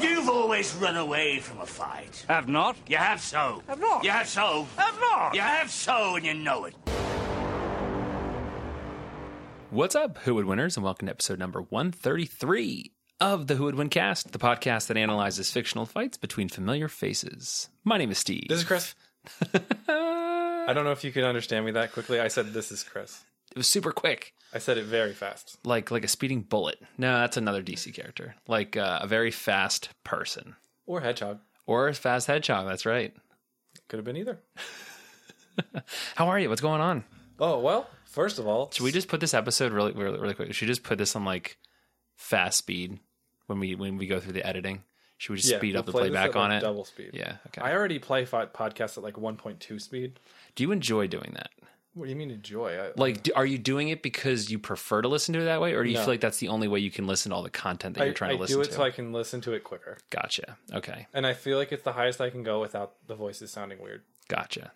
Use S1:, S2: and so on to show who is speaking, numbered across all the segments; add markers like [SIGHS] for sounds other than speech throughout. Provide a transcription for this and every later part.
S1: You've always run away from a fight.
S2: Have not?
S1: You have so.
S2: Have not.
S1: You have so.
S2: Have not.
S1: You have so, and you know it.
S3: What's up, Who Would Winners, and welcome to episode number 133 of the Who Would Win Cast, the podcast that analyzes fictional fights between familiar faces. My name is Steve. [LAUGHS]
S4: This is Chris. I don't know if you could understand me that quickly. I said this is Chris.
S3: it was super quick,
S4: I said it very fast.
S3: like like a speeding bullet. No, that's another DC character, like uh, a very fast person
S4: Or hedgehog.
S3: or a fast hedgehog. That's right.
S4: Could have been either.
S3: How are you? What's going on?
S4: Oh well. First of all,
S3: Should we just put this episode really really really quick? Should we just put this on like fast speed when we when we go through the editing? Should we just
S4: Yeah,
S3: speed up
S4: we'll
S3: the
S4: play this
S3: playback
S4: at,
S3: on
S4: like,
S3: it?
S4: double speed.
S3: Yeah. Okay.
S4: I already play fight podcasts at like 1.2 speed.
S3: Do you enjoy doing that?
S4: What do you mean enjoy? I,
S3: Like, do, are you doing it because you prefer to listen to it that way, or do you
S4: No.
S3: feel like that's the only way you can listen to all the content that
S4: I,
S3: you're trying
S4: I
S3: to listen
S4: do it
S3: to?
S4: so I can listen to it quicker,
S3: gotcha. Okay.
S4: and I feel like it's the highest I can go without the voices sounding weird.
S3: Gotcha.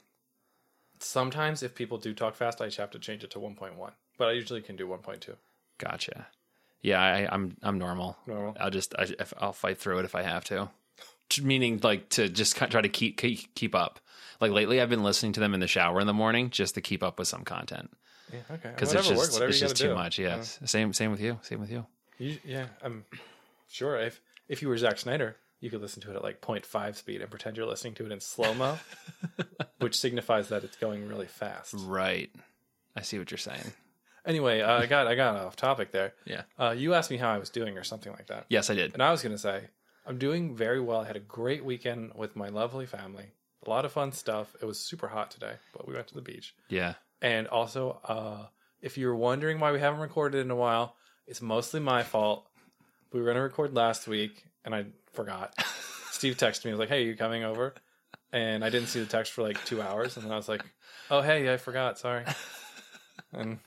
S4: Sometimes, if people do talk fast, I just have to change it to 1.1, but I usually can do 1.2.
S3: Gotcha. Yeah, I, I'm I'm normal.
S4: Normal.
S3: I'll just I, if, I'll fight through it if I have to. T- Meaning, like to just ki- try to keep, keep keep up. Like lately, I've been listening to them in the shower in the morning just to keep up with some content
S4: Yeah, okay.
S3: because
S4: Whatever
S3: it's just
S4: work, whatever
S3: it's
S4: you
S3: just
S4: gotta
S3: too
S4: do.
S3: much. Yeah. Same same with you. Same with you.
S4: You, yeah, I'm sure if if you were Zack Snyder, you could listen to it at like 0.5 speed and pretend you're listening to it in slow mo, which signifies that it's going really fast.
S3: Right. I see what you're saying.
S4: Anyway, uh, I got I got off topic there.
S3: Yeah.
S4: Uh, you asked me how I was doing or something like that,
S3: Yes, I did.
S4: and I was gonna say I'm doing very well. I had a great weekend with my lovely family. A lot of fun stuff. It was super hot today, but we went to the beach.
S3: Yeah.
S4: And also, uh, if you're wondering why we haven't recorded in a while, it's mostly my fault. We were going to record last week and I forgot.
S3: [LAUGHS]
S4: Steve texted me, he was like, Hey, you coming over? And I didn't see the text for like two hours. And then I was like, Oh, hey, I forgot. Sorry.
S3: [LAUGHS]
S4: And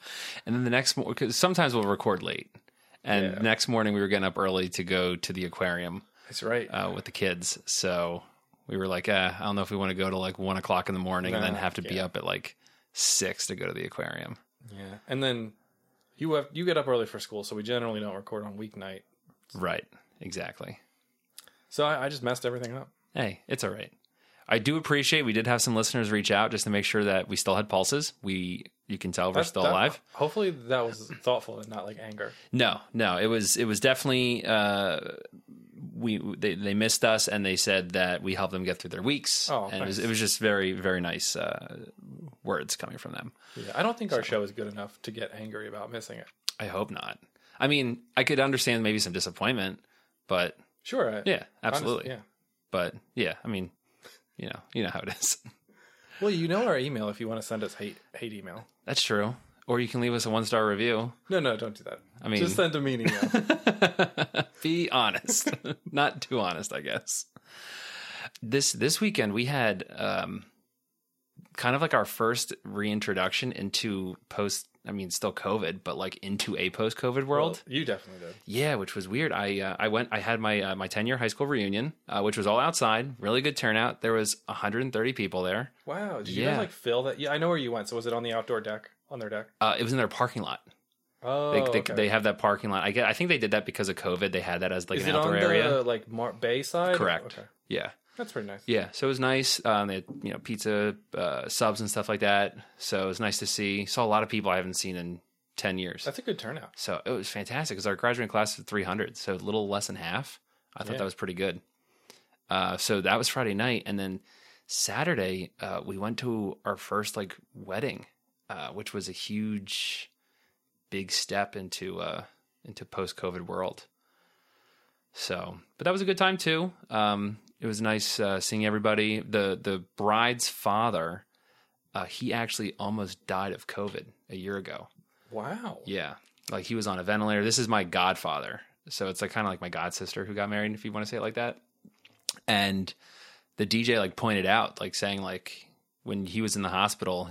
S3: And then the next morning, because sometimes we'll record late. And
S4: Yeah.
S3: the next morning, we were getting up early to go to the aquarium
S4: that's right.
S3: uh, with the kids. So we were like, eh, I don't know if we want to go to like one o'clock in the morning and then
S4: Nah,
S3: have to be
S4: yeah.
S3: up at like six to go to the aquarium.
S4: yeah. And then you have, you get up early for school. So we generally don't record on weeknight.
S3: Right. Exactly.
S4: So I, I just messed everything up.
S3: Hey, it's all right. I do appreciate we did have some listeners reach out just to make sure that we still had pulses. We, you can tell we're
S4: That's-
S3: still
S4: that-
S3: alive.
S4: Hopefully that was thoughtful and not like anger.
S3: No, no, it was it was definitely uh, we they, they missed us and they said that we helped them get through their weeks.
S4: Oh,
S3: and it was
S4: nice.
S3: it was just very very nice uh, words coming from them.
S4: Yeah. I don't think our show is good enough to get angry about missing it.
S3: I hope not. I mean, I could understand maybe some disappointment, but
S4: Sure. I-
S3: yeah,
S4: honest-
S3: absolutely.
S4: yeah.
S3: But yeah, I mean, you know, you know how it is. [LAUGHS]
S4: Well, you know our email if you want to send us hate hate email.
S3: That's true. Or you can leave us a one star review.
S4: No, no, don't do that.
S3: I mean-
S4: just send a mean email.
S3: Be honest, [LAUGHS] not too honest, I guess. This this weekend we had um, kind of like our first reintroduction into post. I mean, still COVID, but like into a post COVID [LAUGHS] world.
S4: you definitely did.
S3: Yeah, which was weird. I uh, I went. I had my uh, my ten year high school reunion, uh, which was all outside. Really good turnout. There was 130 people there.
S4: Wow. Did you
S3: Yeah.
S4: guys like fill that? Yeah, I know where you went. So was it on the outdoor deck? On their deck?
S3: Uh, it was in their parking lot.
S4: Oh,
S3: They, they,
S4: okay.
S3: they have that parking lot. I get. I think they did that because of COVID. They had that as like
S4: is
S3: an
S4: it on
S3: outdoor area.
S4: the like mar- bay side?
S3: Correct.
S4: Okay.
S3: Yeah.
S4: That's pretty nice.
S3: Yeah, so it was nice. Um, they had, you know, pizza, uh, subs, and stuff like that. So it was nice to see. Saw a lot of people I haven't seen in ten years.
S4: That's a good turnout.
S3: so it was fantastic because our graduating class was three hundred, so a little less than half. I thought
S4: Yeah.
S3: that was pretty good. Uh, so that was Friday night, and then Saturday uh, we went to our first like wedding, uh, which was a huge, big step into uh, into post COVID world. So, but that was a good time too. Um, it was nice uh, seeing everybody. the The bride's father, uh, he actually almost died of COVID a year ago.
S4: Wow.
S3: Yeah, like he was on a ventilator. This is my godfather, so it's like kind of like my god sister who got married, if you want to say it like that. and the DJ like pointed out, like saying like when he was in the hospital,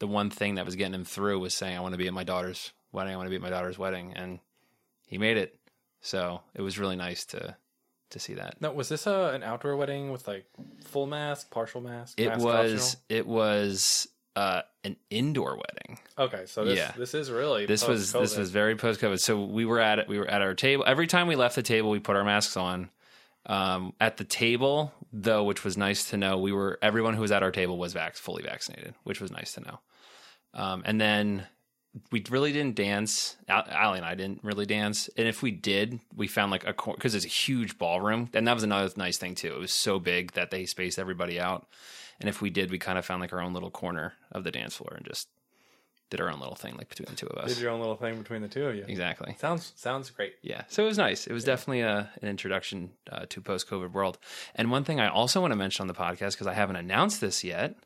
S3: the one thing that was getting him through was saying, "I want to be at my daughter's wedding. I want to be at my daughter's wedding," and he made it. So it was really nice to to see that.
S4: No, was this a, an outdoor wedding with like full mask, partial mask?
S3: It
S4: mask
S3: was it was uh, an indoor wedding.
S4: optional? okay. So this
S3: Yeah.
S4: this is really
S3: This was this
S4: post-COVID.
S3: was very post COVID. So we were at we were at our table. Every time we left the table, we put our masks on. Um, at the table, though, which was nice to know, we were everyone who was at our table was vax fully vaccinated, which was nice to know. Um, and then we really didn't dance. Al- Allie and I didn't really dance, and if we did, we found like a corner because it's a huge ballroom, and that was another nice thing too. It was so big that they spaced everybody out, and if we did, we kind of found like our own little corner of the dance floor and just did our own little thing like between the two of us.
S4: did your own little thing between the two of you.
S3: Exactly.
S4: Sounds sounds great.
S3: Yeah. So it was nice. It was definitely a, an introduction uh, to post COVID world. And one thing I also want to mention on the podcast, because I haven't announced this yet,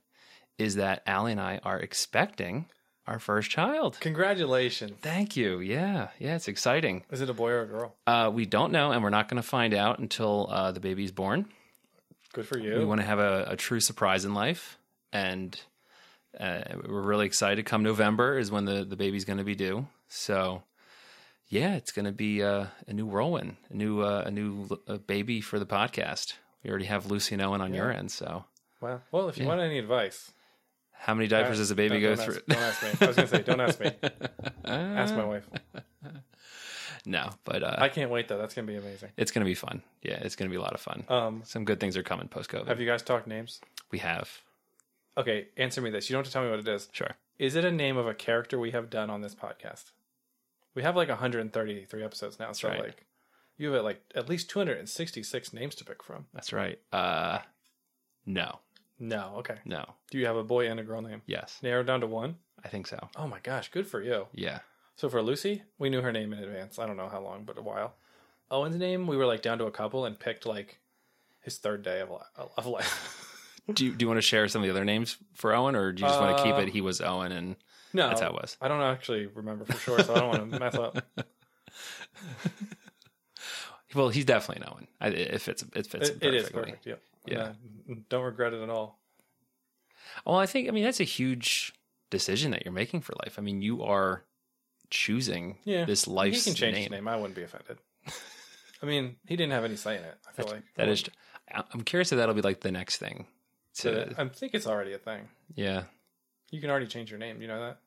S3: is that Allie and I are expecting our first child.
S4: Congratulations.
S3: Thank you. Yeah. Yeah. It's exciting.
S4: Is it a boy or a girl?
S3: Uh, we don't know, and we're not going to find out until uh, the baby's born.
S4: Good for
S3: We
S4: you.
S3: want to have a, a true surprise in life. And uh, we're really excited. Come November is when the, the baby's going to be due. So, yeah, it's going to be uh, a new whirlwind, a new uh, a new uh, baby for the podcast. We already have Lucy and Owen on your end. So,
S4: Wow. Well, if you want any advice,
S3: how many diapers does a baby
S4: don't
S3: go
S4: ask-
S3: through?
S4: Don't ask me. I was gonna say, don't ask me. ask my wife.
S3: [LAUGHS] no, but uh,
S4: I can't wait though. That's gonna be amazing.
S3: it's going to be fun. Yeah, it's going to be a lot of fun.
S4: Um,
S3: Some good things are coming post COVID.
S4: have you guys talked names?
S3: we have.
S4: Okay, answer me this. You don't have to tell me what it is.
S3: Sure.
S4: Is it a name of a character we have done on this podcast? We have like 133 episodes now, so
S3: Right.
S4: like you have like at least 266 names to pick from.
S3: That's right. Uh, no,
S4: No, okay.
S3: no.
S4: Do you have a boy and a girl name?
S3: Yes,
S4: Narrowed down to one.
S3: I think so.
S4: Oh my gosh, good for you.
S3: Yeah.
S4: So for Lucy, we knew her name in advance. I don't know how long, but a while. Owen's name, we were like down to a couple and picked like his third day of, li- of life. [LAUGHS]
S3: Do you, do you want to share some of the other names for Owen, or do you just want to keep
S4: Uh,
S3: it? He was Owen, and
S4: No,
S3: That's how it was.
S4: I don't actually remember for sure, so I don't want to
S3: [LAUGHS]
S4: mess up.
S3: well, he's definitely an Owen. I, it fits. It fits.
S4: It, it is
S3: perfectly.
S4: perfect. Yeah,
S3: Yeah.
S4: And I don't regret it at all.
S3: Well, I think. I mean, that's a huge decision that you're making for life. I mean, you are choosing
S4: Yeah,
S3: this
S4: He
S3: life's
S4: can change
S3: name.
S4: his name. I wouldn't be offended. I mean, he didn't have any say in it. I feel like
S3: That is. I- I'm curious if that'll be like the next thing.
S4: So
S3: To
S4: I think it's already a thing.
S3: yeah.
S4: You can already change your name. You know that?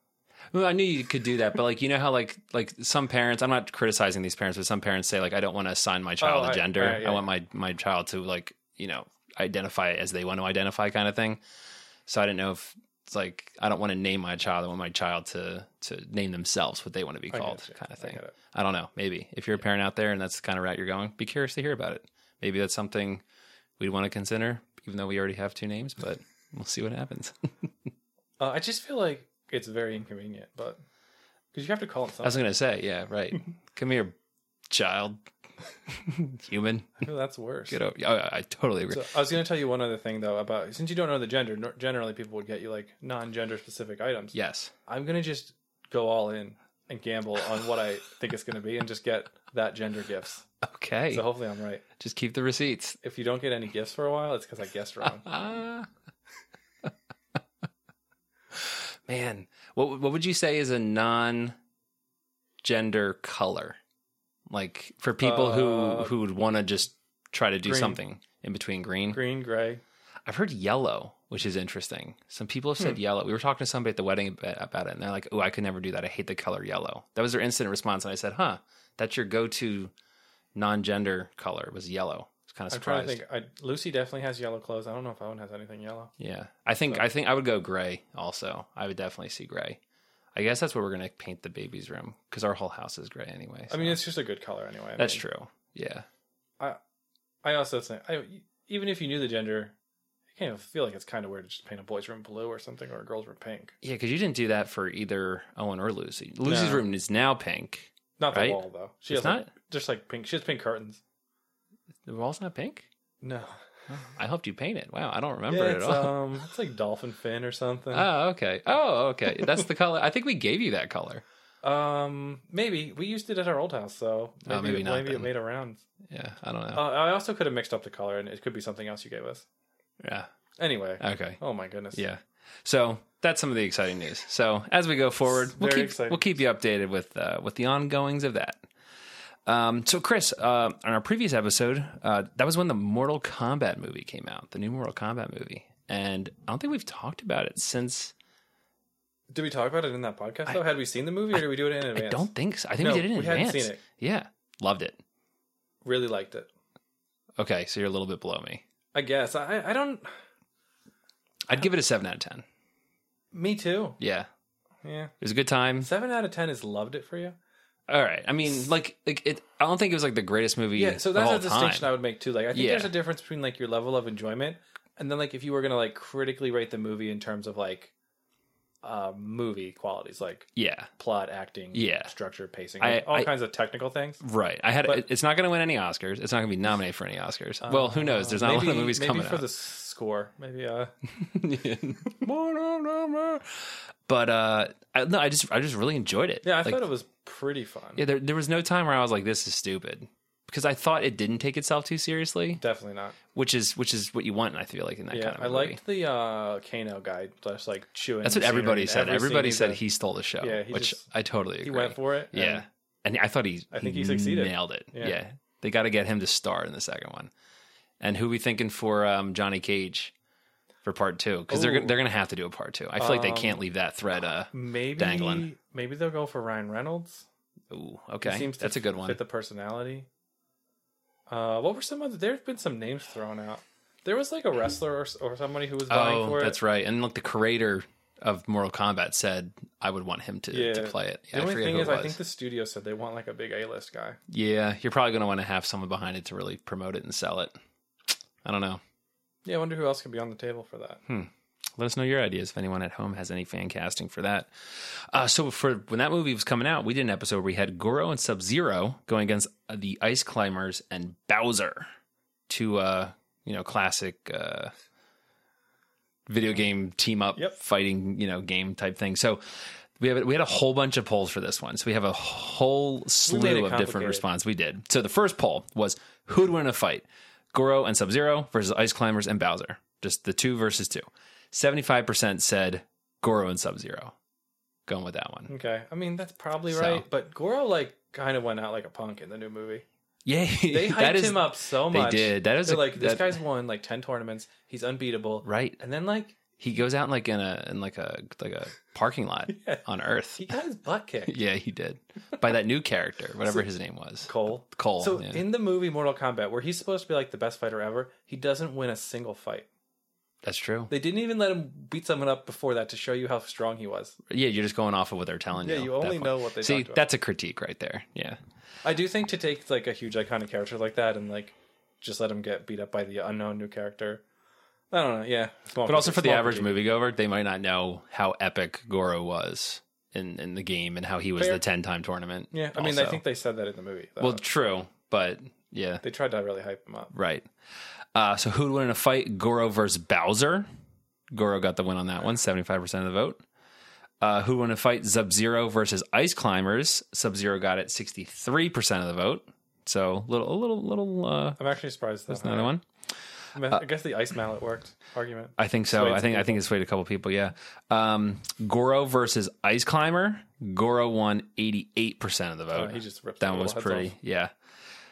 S3: Well, I knew you could do that, but like you know how like like some parents, I'm not criticizing these parents, but some parents say like I don't want to assign my child
S4: Oh,
S3: a
S4: I-
S3: gender.
S4: right, yeah,
S3: I want my my child to like you know identify as they want to identify, kind of thing. So I didn't know if it's like I don't want to name my child. I want my child to to name themselves what they want to be
S4: get
S3: called,
S4: you.
S3: kind of
S4: I
S3: thing.
S4: get it.
S3: I, don't know. Maybe if you're a parent out there and that's the kind of route you're going, be curious to hear about it. Maybe that's something we'd want to consider, even though we already have two names. But we'll see what happens.
S4: Uh, I just feel like it's very inconvenient, but because you have to call him
S3: I was
S4: something.
S3: gonna say, yeah,
S4: [LAUGHS]
S3: right. Come here, child, human.
S4: Oh, that's worse.
S3: Get over. Oh, yeah, I totally agree.
S4: So I was going to tell you one other thing though about since you don't know the gender. nor- Generally, people would get you like non-gender specific items.
S3: yes,
S4: I'm gonna just go all in and gamble on what I think it's gonna be and just get that gender gifts.
S3: okay.
S4: So hopefully I'm right.
S3: Just keep the receipts.
S4: If you don't get any gifts for a while, it's because I
S3: [LAUGHS]
S4: guessed wrong.
S3: Ah. Man, what what would you say is a non-gender color? Like for people who
S4: Uh,
S3: who would want to just try to do
S4: green.
S3: something in between green.
S4: Green, gray.
S3: I've heard yellow, which is interesting. Some people have said
S4: Hmm.
S3: yellow. We were talking to somebody at the wedding ab- about it, and they're like, "Oh, I could never do that. I hate the color yellow." That was their instant response, and I said, "Huh, that's your go-to non-gender color was yellow." It's kind of
S4: I'm trying
S3: surprised.
S4: to think. I, Lucy definitely has yellow clothes. I don't know if Owen has anything yellow.
S3: Yeah, I think I think I would go gray. Also, I would definitely see gray. I guess that's where we're gonna paint the baby's room because our whole house is gray anyway.
S4: I
S3: so-
S4: mean, it's just a good color anyway. I
S3: that's
S4: mean,
S3: true. Yeah,
S4: I also think I, even if you knew the gender, I can't even feel like it's kind of weird to just paint a boy's room blue or something or a girl's room pink.
S3: yeah, because you didn't do that for either Owen or Lucy. Lucy's
S4: No.
S3: room is now pink.
S4: Not the
S3: Right?
S4: wall though. She
S3: It's
S4: has like,
S3: not?
S4: just like pink. She has pink curtains.
S3: The wall's not pink.
S4: No,
S3: I helped you paint it. Wow, I don't remember
S4: yeah,
S3: it
S4: it's,
S3: at all. Ah.
S4: um, it's like dolphin fin or something.
S3: Oh, okay. Oh, okay. That's the color. I think we gave you that color.
S4: Um, maybe we used it at our old house, so maybe,
S3: Oh, maybe
S4: it,
S3: not
S4: maybe it
S3: then.
S4: made a round.
S3: Yeah, I don't know.
S4: Uh, I also could have mixed up the color, and it could be something else you gave us.
S3: yeah.
S4: Anyway,
S3: Okay.
S4: oh my goodness,
S3: Ah. Yeah. So that's some of the exciting news. So as we go forward, we'll
S4: Very
S3: keep,
S4: exciting.
S3: we'll keep you updated with uh, with the ongoings of that. Um, so Chris, uh, on our previous episode, uh, that was when the Mortal Kombat movie came out, the new Mortal Kombat movie, and I don't think we've talked about it since.
S4: Did we talk about it in that podcast? Though, had we seen the movie, or did we do it in advance?
S3: I don't think so. I think
S4: No,
S3: we did it in
S4: we hadn't
S3: advance.
S4: seen it.
S3: Yeah, loved it.
S4: really liked it.
S3: Okay, so you're a little bit below me.
S4: I guess I, I don't.
S3: I'd give it a seven out of ten.
S4: Me too.
S3: Yeah,
S4: Yeah,
S3: it was a good time.
S4: seven out of ten is loved it for you.
S3: All right. I mean, like it. it I don't think it was like the greatest movie.
S4: Yeah, so
S3: of
S4: that's
S3: all
S4: a distinction
S3: time.
S4: I would make too. Like, I think
S3: Yeah.
S4: there's a difference between like your level of enjoyment and then like if you were gonna like critically rate the movie in terms of like uh movie qualities, like
S3: yeah.
S4: plot, acting,
S3: Yeah.
S4: structure, pacing,
S3: I-
S4: like, all
S3: I-
S4: kinds of technical things.
S3: Right. I had.
S4: But- Uh,
S3: it it's not going to win any Oscars. It's not going to be nominated for any Oscars. well, [LAUGHS] who knows? There's not a lot of movies
S4: maybe
S3: coming
S4: for
S3: out.
S4: the score. Maybe uh
S3: but uh, I, no, I just I just really enjoyed it.
S4: yeah,
S3: [LAUGHS]
S4: I
S3: Like,
S4: thought it was pretty fun.
S3: Yeah, there, there was no time where I was like, "This is stupid," because I thought it didn't take itself too seriously,
S4: Definitely not.
S3: which is which is what you want. I feel like in that
S4: Yeah,
S3: kind of
S4: I
S3: movie.
S4: liked the uh Kano guy just like chewing.
S3: That's what
S4: the scenery
S3: everybody
S4: in
S3: said.
S4: every scene
S3: Everybody
S4: he's
S3: said
S4: in.
S3: he stole the show,
S4: Yeah, he
S3: which
S4: just-
S3: I totally agree.
S4: he went for it.
S3: Yeah.
S4: and
S3: And I thought he
S4: Um, I think he succeeded.
S3: Nailed it. Yeah.
S4: Yeah.
S3: They got to get him to star in the second one. And who we thinking for um, Johnny Cage for part 2 cuz they're
S4: Ooh.
S3: gonna- they're going to have to do a part 2. I feel like they
S4: Oh. Um,
S3: can't leave that thread uh
S4: Maybe
S3: Dangling.
S4: maybe they'll go for Ryan Reynolds.
S3: ooh,
S4: He
S3: okay.
S4: seems to
S3: That's a good one.
S4: Fit the personality. Uh, what were some other? There's been some names thrown out. There was like a wrestler or, or somebody who was vying
S3: oh,
S4: for it.
S3: that's right. And look the creator of Mortal Kombat said I would want him to, to
S4: Yeah.
S3: play it. Yeah,
S4: The
S3: I
S4: only
S3: forget
S4: thing
S3: who
S4: is,
S3: it
S4: I
S3: was.
S4: think the studio said they want like a big A-list guy.
S3: yeah, you're probably going to want to have someone behind it to really promote it and sell it. I don't know.
S4: Yeah, I wonder who else could be on the table for that.
S3: Hmm. let us know your ideas if anyone at home has any fan casting for that. Uh, so for when that movie was coming out, we did an episode where we had Goro and Sub Zero going against uh, the Ice Climbers and Bowser, two uh, you know classic uh, video game team up
S4: Yep.
S3: fighting you know game type thing. So. We, have, we had a whole bunch of polls for this one. So we have a whole
S4: made it
S3: slew of different
S4: complicated.
S3: responses we did. So the first poll was who would win in a fight? Goro and Sub Zero versus Ice Climbers and Bowser. Just the two versus two. 75% said Goro and Sub Zero. Going with that one.
S4: Okay, I mean that's probably
S3: So-
S4: right. But Goro like kind of went out like a punk in the
S3: [LAUGHS]
S4: new movie.
S3: Yeah. [LAUGHS]
S4: They hyped
S3: that is-
S4: him up so
S3: they
S4: much.
S3: did. That is
S4: They're
S3: a-
S4: like this
S3: that-
S4: guy's won like ten tournaments. He's unbeatable.
S3: Right.
S4: And then like
S3: He goes out in like in a in like a like a parking
S4: [LAUGHS]
S3: lot on Earth.
S4: he got his butt kicked.
S3: Yeah, he did. By that new character, whatever his name was.
S4: Cole.
S3: Cole,
S4: So
S3: yeah.
S4: in the movie Mortal Kombat, where he's supposed to be like the best fighter ever, he doesn't win a single fight.
S3: That's true.
S4: They didn't even let him beat someone up before that to show you how strong he was.
S3: Yeah, you're just going off of what they're telling
S4: Yeah,
S3: you.
S4: you
S3: at that
S4: only
S3: point.
S4: know what they
S3: See,
S4: talked about.
S3: that's a critique right there. Yeah.
S4: I do think to take like a huge iconic character like that and like just let him get beat up by the unknown new character. I don't know. Yeah, Small
S3: But also for the
S4: small
S3: average
S4: critique.
S3: moviegoer, they might not know how epic Goro was in, in the game and how he was
S4: Fair.
S3: the ten time tournament.
S4: Yeah, I mean, I
S3: also.
S4: think they said that in the movie. though.
S3: Well, true, but yeah,
S4: they tried to really hype him up.
S3: right. Uh, so who'd win in a fight? Goro versus Bowser. Goro got the win on that one, 75% of the vote. Uh, who'd win in a fight? Sub Zero versus Ice Climbers. Sub Zero got it 63% of the vote. So little, a little, little, uh,
S4: I'm actually surprised that's
S3: another one.
S4: I guess the ice mallet worked. Argument.
S3: I think so.
S4: Swayed
S3: I think
S4: some
S3: I think it swayed a couple people. Yeah. Um, Goro versus Ice Climber. Goro won eighty eight percent of the vote.
S4: Uh, Oh, he just ripped
S3: that
S4: their
S3: one was
S4: little heads
S3: pretty.
S4: off.
S3: Yeah.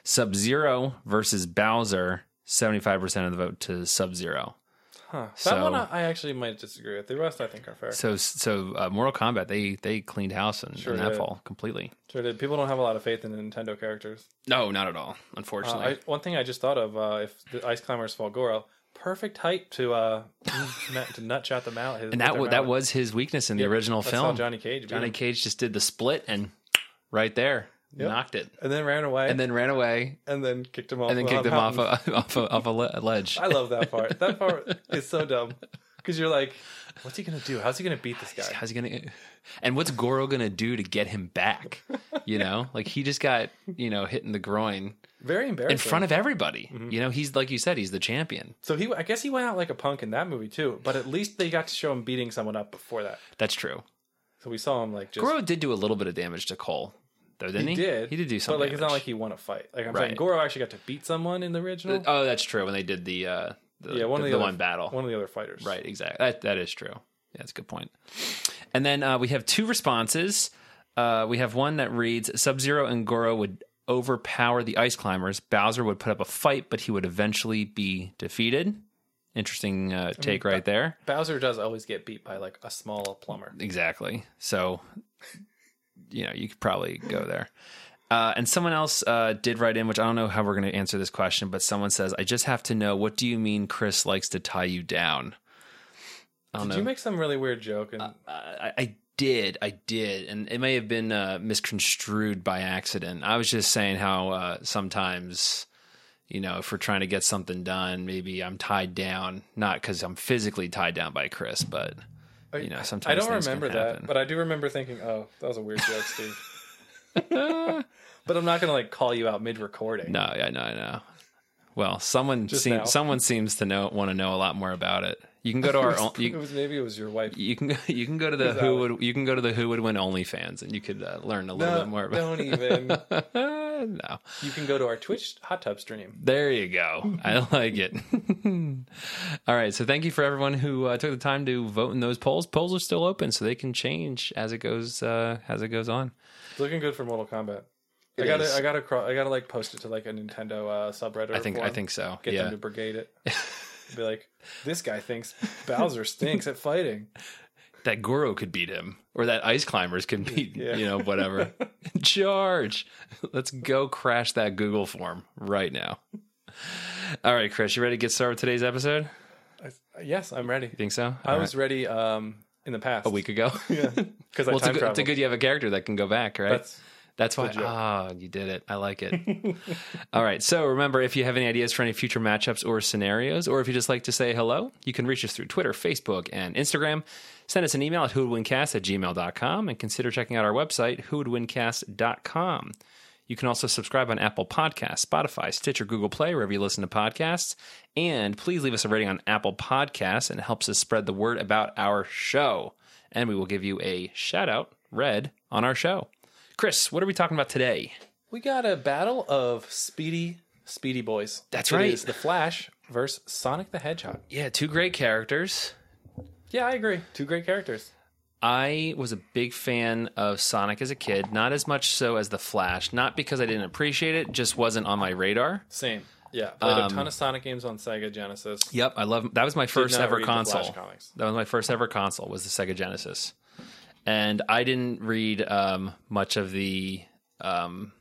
S3: Sub Zero versus Bowser. Seventy five percent of the vote to Sub Zero.
S4: that
S3: so-
S4: one uh, I I actually might disagree with. The rest I think are fair.
S3: So so uh, Mortal Kombat they they cleaned house in, in that
S4: did.
S3: fall completely.
S4: Sure did. People don't have a lot of faith in the Nintendo characters.
S3: No, not at all.
S4: Uh,
S3: Unfortunately,
S4: I, one thing I just thought of: uh, if the ice climbers fall Goro, perfect height to uh, [LAUGHS] nut, to nutshot them out. His,
S3: and that w- that was his weakness in the original
S4: that's
S3: film.
S4: how Johnny Cage. beat
S3: Johnny
S4: him.
S3: Cage just did the split and right there knocked it,
S4: and then ran away,
S3: and then ran away
S4: and then kicked him off,
S3: and then
S4: a
S3: kicked them off
S4: mountain.
S3: a, [LAUGHS] off a, off a le- ledge.
S4: I love that part. That part
S3: [LAUGHS]
S4: is so dumb because you're like, what's he gonna do? How's he gonna beat this guy?
S3: How's he gonna? And what's Goro gonna do to get him back? You
S4: [LAUGHS]
S3: know, like he just got you know hit in the groin
S4: Very embarrassing
S3: in front of everybody.
S4: Mm-hmm.
S3: You know, he's like you said, he's the champion.
S4: So he, I guess he went out like a punk in that movie too. But at least they got to show him beating someone up before that.
S3: That's true.
S4: So So we saw him like just
S3: Goro did do a little bit of damage to Cole, though, didn't he?
S4: did.
S3: He did do something.
S4: But like it's not like he won a fight. Like I'm saying
S3: Right.
S4: Goro actually got to beat someone in the original.
S3: oh, that's true. When they did the uh, the,
S4: yeah, one
S3: the,
S4: of the,
S3: the
S4: other,
S3: one battle,
S4: One of the other fighters.
S3: Right, exactly. That, that is true. Yeah, that's a good point. And then uh, we have two responses. Uh, we have one that reads Sub Zero and Goro would overpower the ice climbers. Bowser would put up a fight, but he would eventually be defeated. Interesting uh, take right there.
S4: Bowser does always get beat by like a small plumber.
S3: Exactly. So, you know, you could probably go there. Uh, and someone else uh, did write in, which I don't know how we're going to answer this question, but someone says, I just have to know what do you mean Chris likes to tie you down? I don't
S4: Did
S3: know. Uh,
S4: you make some really weird joke and
S3: I, I did, I did, and it may have been uh, misconstrued by accident. I was just saying how uh, sometimes, you know, if we're trying to get something done, maybe I'm tied down, not because I'm physically tied down by Chris, but you know, sometimes
S4: I don't
S3: things can
S4: remember that,
S3: happen.
S4: but I do remember thinking, "Oh, that was a weird joke,
S3: [LAUGHS]
S4: Steve." [LAUGHS] but I'm not gonna like call you out mid-recording.
S3: no, yeah, no, I know. Well, someone
S4: Just now.
S3: seems someone seems to know want to know a lot more about it. You can go to
S4: It
S3: our
S4: [LAUGHS] was-
S3: own-
S4: it
S3: you,
S4: was maybe it was your wife.
S3: you can you can go to the
S4: was
S3: who
S4: Alan.
S3: would you can go to the who would win OnlyFans and you could uh, learn a little
S4: [LAUGHS] No,
S3: bit more about. [LAUGHS]
S4: don't even.
S3: no.
S4: You can go to our Twitch hot tub stream.
S3: There you go. [LAUGHS] I like it. All right. So thank you for everyone who uh, took the time to vote in those polls. Polls are still open, so they can change as it goes uh, as it goes on.
S4: It's looking good for Mortal Kombat. I
S3: It
S4: gotta,
S3: is.
S4: I gotta, cro- I gotta like post it to like a Nintendo uh, subreddit.
S3: I think I
S4: forum.
S3: think so.
S4: Get
S3: yeah.
S4: them to
S3: [LAUGHS]
S4: brigade it. Be like, this guy thinks Bowser stinks at fighting.
S3: that Goro could beat him, or that ice climbers could beat
S4: Yeah.
S3: you
S4: [LAUGHS]
S3: know whatever. Charge! Let's go crash that Google form right now. All right, Chris, you ready to get started with today's episode? You
S4: Yes, I'm ready.
S3: think so?
S4: I
S3: All
S4: was
S3: right.
S4: ready um, in the past
S3: a week ago.
S4: [LAUGHS] Yeah, because I
S3: well, it's a, good, it's
S4: time
S3: a
S4: traveled.
S3: good you have a character that can go back, right?
S4: That's-
S3: That's why.
S4: joke.
S3: Ah, you did it. I like it. All right. So remember, if you have any ideas for any future matchups or scenarios, or if you just like to say hello, you can reach us through Twitter, Facebook, and Instagram. Send us an email at whowouldwincast at gmail.com and consider checking out our website, whowouldwincast.com. You can also subscribe on Apple Podcasts, Spotify, Stitcher, Google Play, wherever you listen to podcasts. And please leave us a rating on Apple Podcasts and it helps us spread the word about our show. And we will give you a shout out read on our show. Chris, what are we talking about today?
S4: We got a battle of Speedy Speedy Boys.
S3: That's
S4: It
S3: right.
S4: is the Flash versus Sonic the Hedgehog.
S3: Yeah, two great characters.
S4: Yeah, I agree. Two great characters.
S3: I was a big fan of Sonic as a kid, not as much so as The Flash, not because I didn't appreciate it, just wasn't on my radar.
S4: Same. Yeah. Played
S3: Um,
S4: a ton of Sonic games on Sega Genesis.
S3: Yep, I love that was my first
S4: not
S3: ever
S4: read the Flash
S3: console.
S4: comics.
S3: That was my first ever console was the Sega Genesis. And I didn't read um, much of the um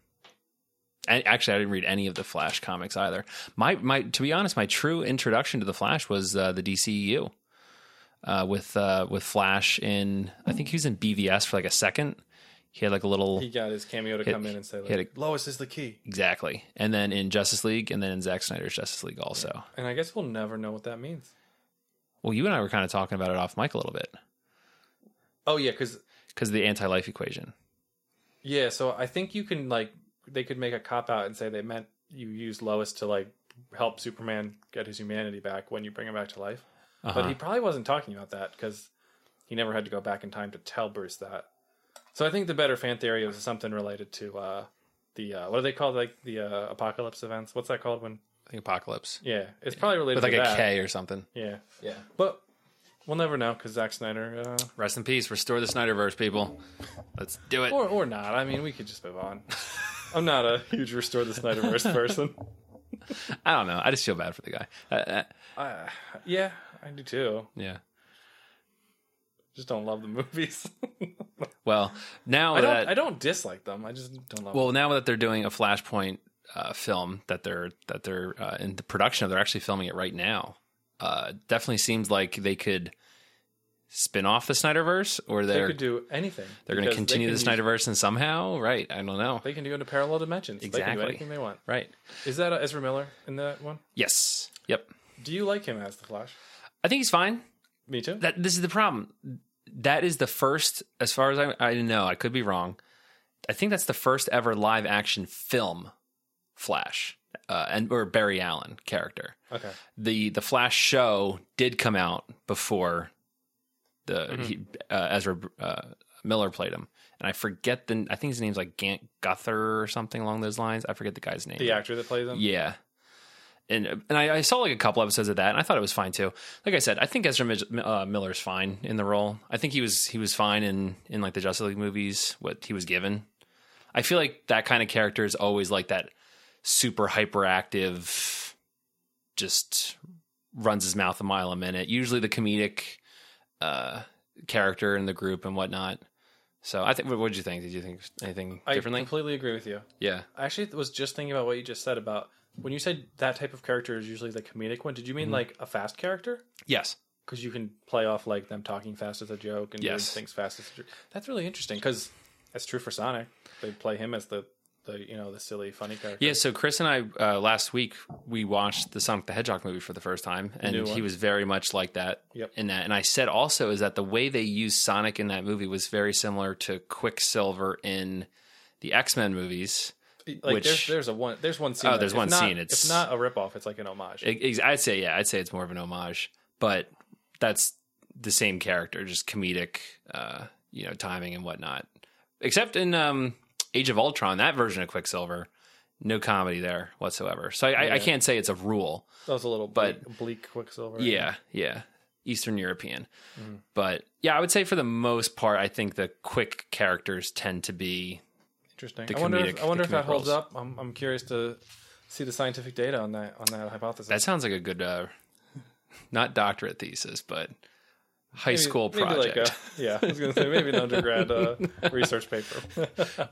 S3: and actually I didn't read any of the Flash comics either. My my to be honest, my true introduction to the Flash was uh, the DCEU. Uh, with uh, with Flash in I think he was in BVS for like a second. He had like a little
S4: He got his cameo to
S3: Hit-
S4: come in and say, like,
S3: hit
S4: Lois is the key.
S3: exactly. And then in Justice League and then in Zack Snyder's Justice League also.
S4: And I guess we'll never know what that means.
S3: Well, you and I were kind of talking about it off mic a little bit
S4: Oh, yeah. Because,
S3: because the anti-life equation.
S4: yeah, so I think you can, like, they could make a cop out and say they meant you use Lois to, like, help Superman get his humanity back when you bring him back to life.
S3: Uh-huh.
S4: But he probably wasn't talking about that because he never had to go back in time to tell Bruce that. So I think the better fan theory was something related to uh, the uh, what do they call like the uh, apocalypse events? What's that called when?
S3: I think apocalypse
S4: Yeah, it's probably related
S3: with like
S4: to
S3: a K
S4: that.
S3: or something.
S4: Yeah, yeah. But we'll never know because Zack Snyder, uh,
S3: Rest in peace. Restore the Snyderverse, people. Let's do it.
S4: or or not. I mean, we could just
S3: [LAUGHS]
S4: move on. I'm not a huge restore the Snyderverse person.
S3: I don't know. I just feel bad for the guy. Uh, uh,
S4: Yeah, I do too.
S3: yeah.
S4: Just don't love the movies. [LAUGHS]
S3: Well, now
S4: I
S3: that
S4: don't. I don't dislike them. I just don't love.
S3: well, now that they're doing a Flashpoint uh, film that they're that they're uh, in the production of, they're actually filming it right now. Uh, definitely seems like they could spin off the Snyderverse, or
S4: them. they
S3: they're
S4: could do anything.
S3: they're going to
S4: because they
S3: continue
S4: can
S3: the
S4: use-
S3: Snyderverse and somehow, right? I don't know.
S4: They can do it in parallel dimensions. They can
S3: Exactly.
S4: do anything they want.
S3: Right?
S4: Is that uh, Ezra Miller in that one?
S3: Yes. Yep.
S4: Do you like him as the Flash?
S3: I think he's fine.
S4: Me too.
S3: that this is the problem. That is the first, as far as I, I know, I could be wrong. I think that's the first ever live action film Flash uh, and or Barry Allen character.
S4: okay.
S3: the The Flash show did come out before the he, uh, Ezra uh, Miller played him, and I forget the. I think his name's like Gant Guther or something along those lines. I forget the guy's name.
S4: The actor that plays him.
S3: Yeah. And and I, I saw like a couple episodes of that, and I thought it was fine too. Like I said, I think Ezra Mid- uh, Miller's fine in the role. I think he was he was fine in in like the Justice League movies. What he was given, I feel like that kind of character is always like that super hyperactive, just runs his mouth a mile a minute. Usually the comedic uh, character in the group and whatnot. So I think. What did you think? Did you think anything
S4: I
S3: differently?
S4: completely agree with you.
S3: yeah.
S4: I actually was just thinking about what you just said about when you said that type of character is usually the comedic one. Did you mean
S3: Mm-hmm.
S4: like a fast character?
S3: Yes.
S4: Because you can play off like them talking fast as a joke and
S3: Yes.
S4: doing things fast as a joke. That's really interesting because that's true for Sonic. They play him as the, the you know the silly funny character.
S3: Yeah, so Chris and I uh, last week we watched the Sonic the Hedgehog movie for the first time, and
S4: new
S3: he
S4: one.
S3: was very much like that
S4: Yep.
S3: in that. And I said also is that the way they used Sonic in that movie was very similar to Quicksilver in the X Men movies.
S4: like
S3: which-
S4: there's there's a one there's one scene.
S3: Oh,
S4: that-
S3: there's
S4: if
S3: one
S4: not-
S3: scene, it's-
S4: if not a ripoff, it's like an homage.
S3: I- I- I'd say yeah, I'd say it's more of an homage, but that's the same character, just comedic, uh, you know, timing and whatnot. Except in um, Age of Ultron, that version of Quicksilver, no comedy there whatsoever. So I, I, I can't say it's a rule.
S4: that was a little
S3: but-
S4: bleak, bleak Quicksilver.
S3: Yeah, yeah. Eastern European.
S4: Mm.
S3: But yeah, I would say for the most part, I think the quick characters tend to be.
S4: interesting.
S3: the
S4: I wonder
S3: comedic-
S4: if, I wonder
S3: the
S4: if that
S3: comedic
S4: holds
S3: roles.
S4: up. I'm I'm curious to see the scientific data on that on that hypothesis.
S3: That sounds like a good, uh, not doctorate thesis, but high school
S4: maybe like
S3: project. [LAUGHS]
S4: a- yeah, I was gonna say maybe an undergrad uh, [LAUGHS] research paper.
S3: [LAUGHS]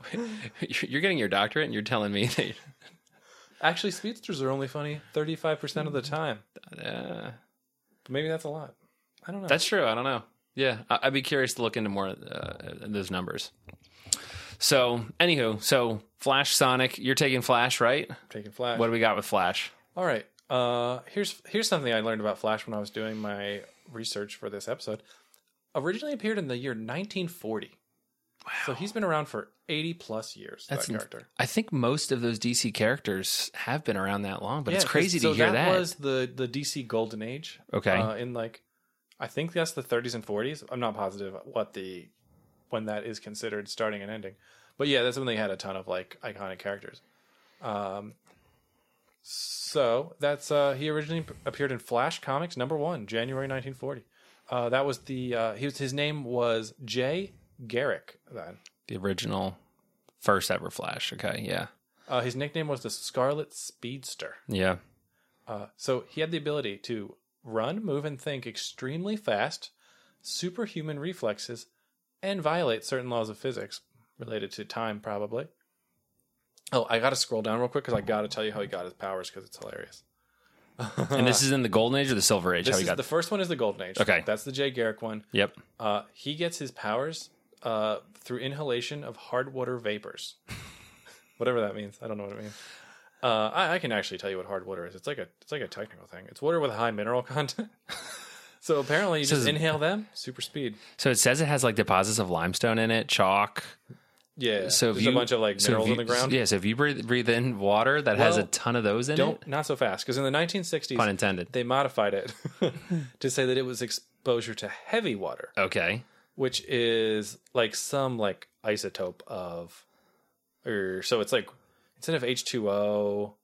S3: you're getting your doctorate and you're telling me [LAUGHS] that.
S4: Actually, speedsters are only funny thirty five percent of the time.
S3: Uh,
S4: Maybe that's a lot. I don't know.
S3: that's true. I don't know. Yeah, I- I'd be curious to look into more uh, those numbers. So, anywho, so Flash Sonic, you're taking Flash, right?
S4: taking Flash.
S3: What do we got with Flash?
S4: All right. Uh, here's here's something I learned about Flash when I was doing my research for this episode. Originally appeared in the year 1940. Wow. So he's been around for 80 plus years. that character.
S3: I think most of those DC characters have been around that long, but it's
S4: Yeah, 'cause-
S3: crazy
S4: so
S3: to hear that.
S4: was the the DC Golden Age.
S3: Okay.
S4: Uh, in like, I think that's the 30s and 40s. I'm not positive what the when that is considered starting and ending, but yeah, that's when they had a ton of like iconic characters. Um, so that's uh, he originally p- appeared in Flash Comics number one, January 1940. Uh, that was the uh, he was, his name was Jay Garrick then.
S3: the original first ever Flash. Okay, yeah,
S4: Uh, his nickname was the Scarlet Speedster. [LAUGHS]
S3: yeah,
S4: Uh, So he had the ability to run, move, and think extremely fast, superhuman reflexes, and violate certain laws of physics related to time, probably. Oh, I got to scroll down real quick because I got to tell you how he got his powers because it's hilarious.
S3: and this is in the Golden Age or the Silver Age.
S4: This
S3: How we
S4: is,
S3: got?
S4: the first one is the Golden Age.
S3: Okay.
S4: That's the Jay Garrick one.
S3: yep.
S4: Uh, he gets his powers uh, through inhalation of hard water vapors. [LAUGHS] Whatever that means, I don't know what it means. Uh, I, I can actually tell you what hard water is. It's like a it's like a technical thing. It's water with high mineral [LAUGHS] content. so apparently, you
S3: So
S4: just
S3: it's-
S4: inhale them, super speed.
S3: So it says it has like deposits of limestone in it, chalk.
S4: Yeah.
S3: So
S4: So
S3: if
S4: there's
S3: you,
S4: a bunch of like
S3: so if
S4: minerals
S3: you-
S4: in the ground.
S3: Yeah, so if you breathe, breathe in water that has a
S4: Well,
S3: ton of those in
S4: Don't
S3: it,
S4: not so fast because in the 1960s,
S3: pun intended.
S4: they modified it [LAUGHS] to say that it was exposure to heavy water.
S3: Okay,
S4: which is like some like isotope of or so it's like instead of H2O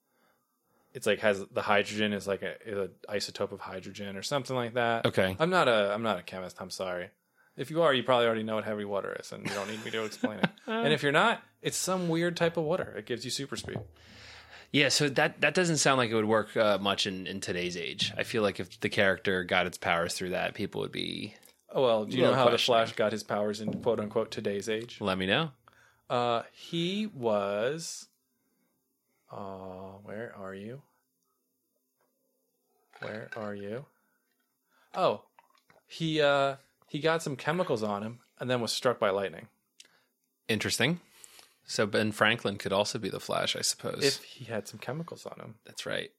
S4: it's like has the hydrogen is like a, is a isotope of hydrogen or something like that.
S3: Okay.
S4: I'm not a I'm not a chemist, I'm sorry. If you are, you probably already know what heavy water is and you don't need me to explain it. and if you're not, it's some weird type of water. It gives you super speed.
S3: yeah. So that that doesn't sound like it would work uh, much in in today's age. I feel like if the character got its powers through that, people would be.
S4: Oh well, do you know
S3: Little
S4: how the
S3: questioning.
S4: Flash got his powers in quote unquote today's age?
S3: Let me know.
S4: Uh, he was. Uh, where are you? Where are you? Oh, he uh he got some chemicals on him and then was struck by lightning.
S3: Interesting. So Ben Franklin could also be the Flash, I suppose.
S4: If he had some chemicals on him,
S3: That's right.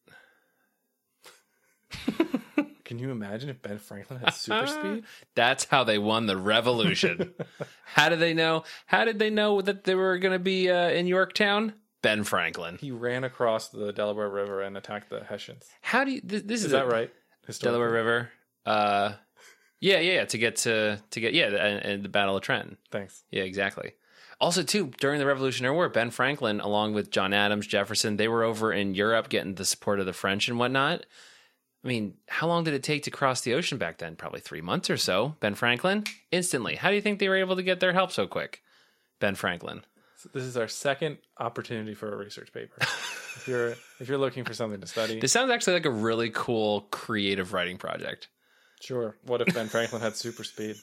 S4: can you imagine if Ben Franklin had super speed?
S3: That's how they won the revolution. how did they know? How did they know that they were going to be uh, in Yorktown? Ben Franklin.
S4: He ran across the Delaware River and attacked the Hessians.
S3: How do you? This, this is,
S4: Is that
S3: a-
S4: right?
S3: Delaware River. Uh, Yeah, yeah, yeah, to get to to get yeah, and, and the Battle of Trenton.
S4: Thanks.
S3: Yeah, exactly. Also, too, during the Revolutionary War, Ben Franklin, along with John Adams, Jefferson, they were over in Europe getting the support of the French and whatnot. I mean, how long did it take to cross the ocean back then? Probably three months or so. Ben Franklin, instantly. How do you think they were able to get their help so quick? Ben Franklin.
S4: So this is our second opportunity for a research paper. if you're if you're looking for something to study,
S3: This sounds actually like a really cool creative writing project.
S4: sure. What if Ben Franklin had super speed?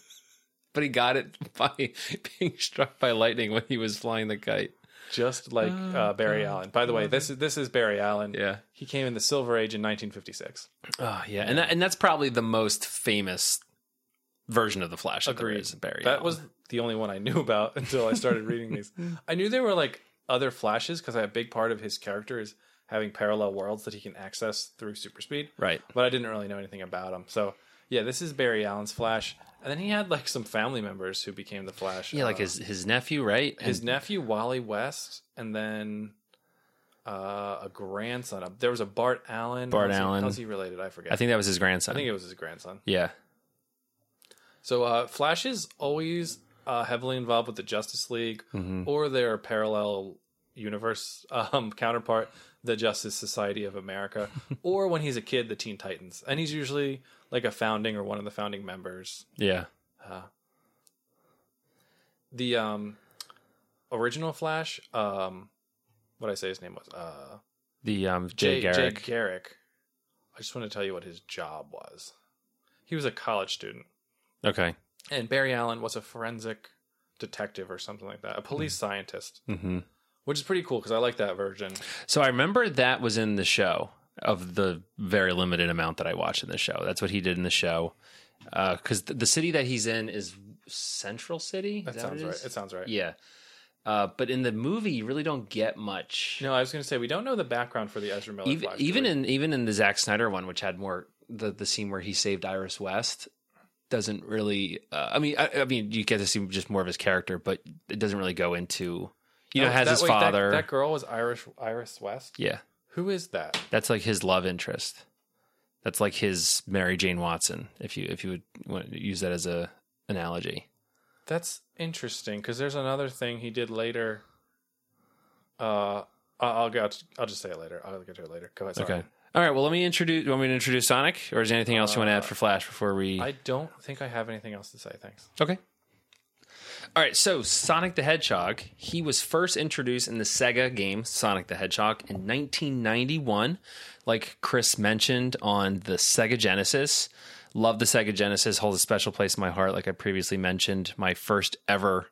S3: But he got it [LAUGHS] by being struck by lightning when he was flying the kite.
S4: just like uh, Barry Allen. By the way, this is this is Barry Allen.
S3: Yeah.
S4: he came in the Silver Age in 1956.
S3: Oh yeah, and that, and that's probably the most famous version of the Flash. that there is, Barry.
S4: That
S3: Allen.
S4: was the only one I knew about [LAUGHS] until I started reading these. I knew there were like other flashes because a big part of his character is having parallel worlds that he can access through super speed.
S3: Right.
S4: but I didn't really know anything about him. So yeah, this is Barry Allen's Flash, and then he had like some family members who became the Flash.
S3: yeah, like
S4: Uh,
S3: his his nephew, right?
S4: his
S3: And-
S4: nephew Wally West, and then uh, a grandson. There was a Bart Allen.
S3: Bart
S4: How's he-
S3: Allen.
S4: how's he related? I forget.
S3: I think that was his grandson.
S4: I think it was his grandson.
S3: yeah,
S4: So uh, Flash is always uh, heavily involved with the Justice League
S3: Mm-hmm.
S4: or their parallel universe um, counterpart, the Justice Society of America,
S3: [LAUGHS]
S4: or when he's a kid, the Teen Titans, and he's usually like a founding or one of the founding members.
S3: yeah.
S4: The um, original Flash, um, what I say his name was. Uh,
S3: The um, Jay, Garrick.
S4: Jay Garrick. I just want to tell you what his job was. He was a college student,
S3: okay.
S4: and Barry Allen was a forensic detective or something like that, a police scientist,
S3: hmm
S4: which is pretty cool because I like that version.
S3: So I remember that was in the show of the very limited amount that I watched in the show. That's what he did in the show. Because the city that he's in is Central City. Is
S4: That,
S3: what
S4: sounds
S3: it
S4: right.
S3: is?
S4: It sounds right.
S3: Yeah. Uh, but in the movie, you really don't get much.
S4: No, I was going to say we don't know the background for the Ezra Miller.
S3: even,
S4: Flash, do
S3: even
S4: we?
S3: in even in the Zack Snyder one, which had more the the scene where he saved Iris West, doesn't really. Uh, I mean, I, I mean, you get to see just more of his character, but it doesn't really go into. You know,
S4: Oh, That-
S3: has
S4: that-
S3: his
S4: wait, that-
S3: father.
S4: That, girl was Irish. Iris West.
S3: yeah,
S4: Who is that?
S3: that's like his love interest. That's like his Mary Jane Watson, if you if you would want to use that as a analogy.
S4: That's interesting because there's another thing he did later. Uh, I- I'll go. I'll just say it later. I'll get to it later. Go ahead. Sorry.
S3: Okay. All right. Well, let me introduce. You want me to introduce Sonic, or is there anything else you want to add for Flash before we?
S4: Uh, I don't think I have anything else to say. Thanks.
S3: Okay. All right, so Sonic the Hedgehog, he was first introduced in the Sega game Sonic the Hedgehog in 1991. Like Chris mentioned on the Sega Genesis, love the Sega Genesis, holds a special place in my heart. Like I previously mentioned, my first ever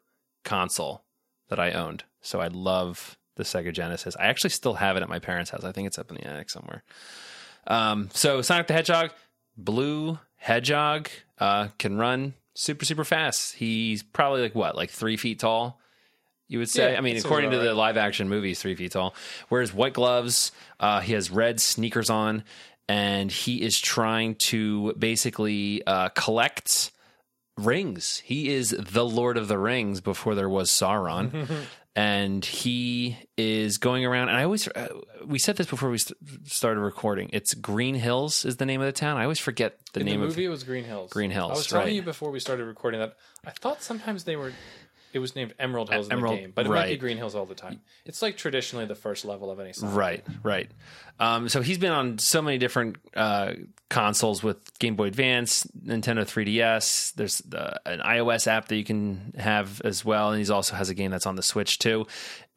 S3: console that I owned. So I love the Sega Genesis. I actually still have it at my parents' house. I think it's up in the attic somewhere. Um, so Sonic the Hedgehog, blue hedgehog, uh, can run super super fast. He's probably like what, like three feet tall. You would say.
S4: Yeah,
S3: I mean,
S4: that sounds
S3: according to
S4: about
S3: the live action movie, he's three feet tall. Wears white gloves. Uh, he has red sneakers on, and he is trying to basically uh, collect rings. He is the Lord of the Rings before there was
S4: [LAUGHS]
S3: Sauron. And he is going around, and I always uh, we said this before we st- started recording. It's Green Hills is the name of the town. I always forget the
S4: In
S3: name
S4: the movie,
S3: of
S4: it was Green Hills.
S3: Green Hills,
S4: I was telling
S3: right.
S4: you before we started recording that I thought sometimes they were. It was named Emerald Hills in
S3: Emerald-
S4: the game, but it might be
S3: right.
S4: Green Hills all the time. It's like traditionally the first level of any song.
S3: Right, right. Um, so he's been on so many different uh, consoles with Game Boy Advance, Nintendo 3DS. There's uh, an iOS app that you can have as well, and he's also has a game that's on the Switch too.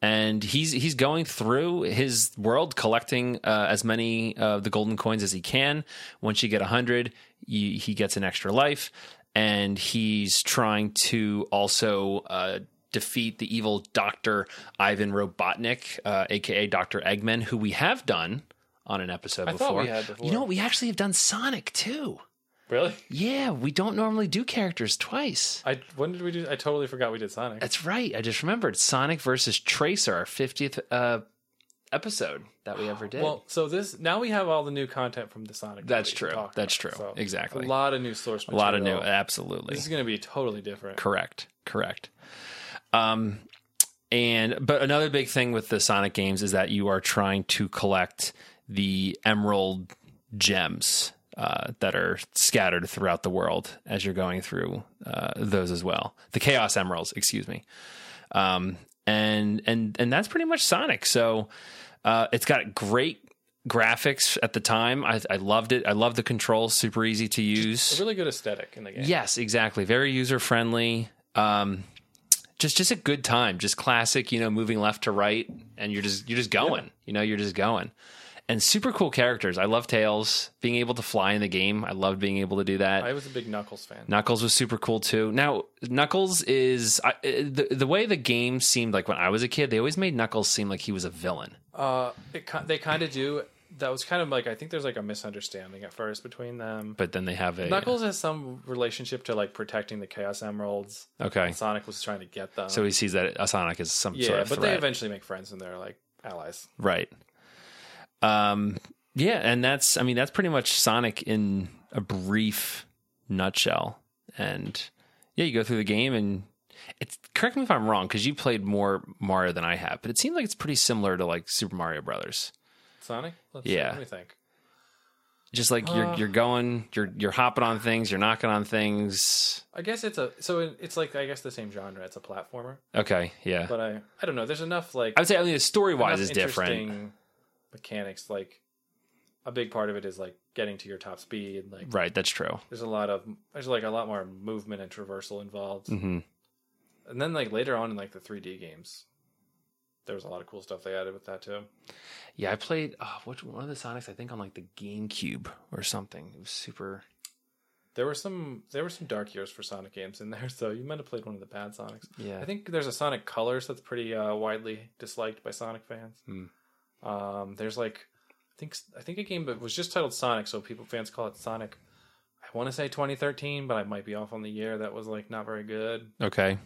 S3: And he's he's going through his world, collecting uh, as many of the golden coins as he can. Once you get hundred, you, he gets an extra life, and he's trying to also. Uh, defeat the evil Dr. Ivan Robotnik, uh, aka Dr. Eggman, who we have done on an episode
S4: I
S3: before.
S4: thought we had before.
S3: You know, we actually have done Sonic too.
S4: Really?
S3: Yeah, we don't normally do characters twice.
S4: I when did we do? I totally forgot we did Sonic.
S3: That's right. I just remembered Sonic versus Tracer, our 50th uh, episode that we ever did.
S4: Well, so this now we have all the new content from the Sonic.
S3: That's
S4: movie to
S3: true.
S4: talk
S3: That's
S4: about.
S3: true.
S4: So,
S3: Exactly.
S4: A lot of new source.
S3: a
S4: Material.
S3: lot of new, absolutely.
S4: This is going to be totally different.
S3: Correct. Correct. Um, and but another big thing with the Sonic games is that you are trying to collect the emerald gems. uh, that are scattered throughout the world as you're going through uh, those as well. The Chaos Emeralds, excuse me. Um, and and and that's pretty much Sonic. So uh, it's got great graphics at the time. I, I loved it. I love the controls, super easy to use.
S4: A really good aesthetic in the game.
S3: Yes, exactly. Very user friendly. Um, just just a good time. Just classic. You know, moving left to right, and you're just you're just going. You know, you're just going. And super cool characters. I love Tails. Being able to fly in the game, I loved being able to do that.
S4: I was a big Knuckles fan.
S3: Knuckles was super cool too. Now Knuckles is I, uh, the the way the game seemed like when I was a kid. They always made Knuckles seem like he was a villain.
S4: Uh, it, ki- they kind of do. That was kind of like I think there's like a misunderstanding at first between them.
S3: But then they have a
S4: Knuckles has some relationship to like protecting the Chaos Emeralds.
S3: Okay,
S4: Sonic was trying to get them.
S3: so he sees that a Sonic is some
S4: yeah,
S3: sort of
S4: but
S3: threat.
S4: they eventually make friends and they're like allies.
S3: Right. Um yeah, and that's I mean that's pretty much Sonic in a brief nutshell. And yeah, you go through the game and it's correct me if I'm wrong cuz you played more Mario than I have, but it seems like it's pretty similar to like Super Mario Brothers.
S4: Sonic. Let's
S3: Yeah.
S4: What do you think?
S3: Just like
S4: Uh.
S3: you're you're going, you're you're hopping on things, you're knocking on things.
S4: I guess it's a so it- it's like I guess the same genre. It's a platformer,
S3: Okay, yeah.
S4: but I I don't know. There's enough like
S3: I would say I mean the story wise is
S4: enough
S3: different.
S4: interesting Mechanics like a big part of it is like getting to your top speed. Like
S3: Right, that's true.
S4: there's a lot of there's like a lot more movement and traversal involved.
S3: Mhm.
S4: And then like later on in like the 3D games, there was a lot of cool stuff they added with that too.
S3: Yeah, I played uh, which one of the Sonics I think on like the GameCube or something. It was super
S4: There were some there were some dark years for Sonic games in [LAUGHS] there, so you might have played one of the bad Sonics.
S3: Yeah.
S4: I think there's a Sonic Colors that's pretty uh, widely disliked by Sonic fans. Um, there's like I think I think a game that was just titled Sonic, so people fans call it Sonic. I want to say 2013, but I might be off on the year. That was like not very good.
S3: Okay.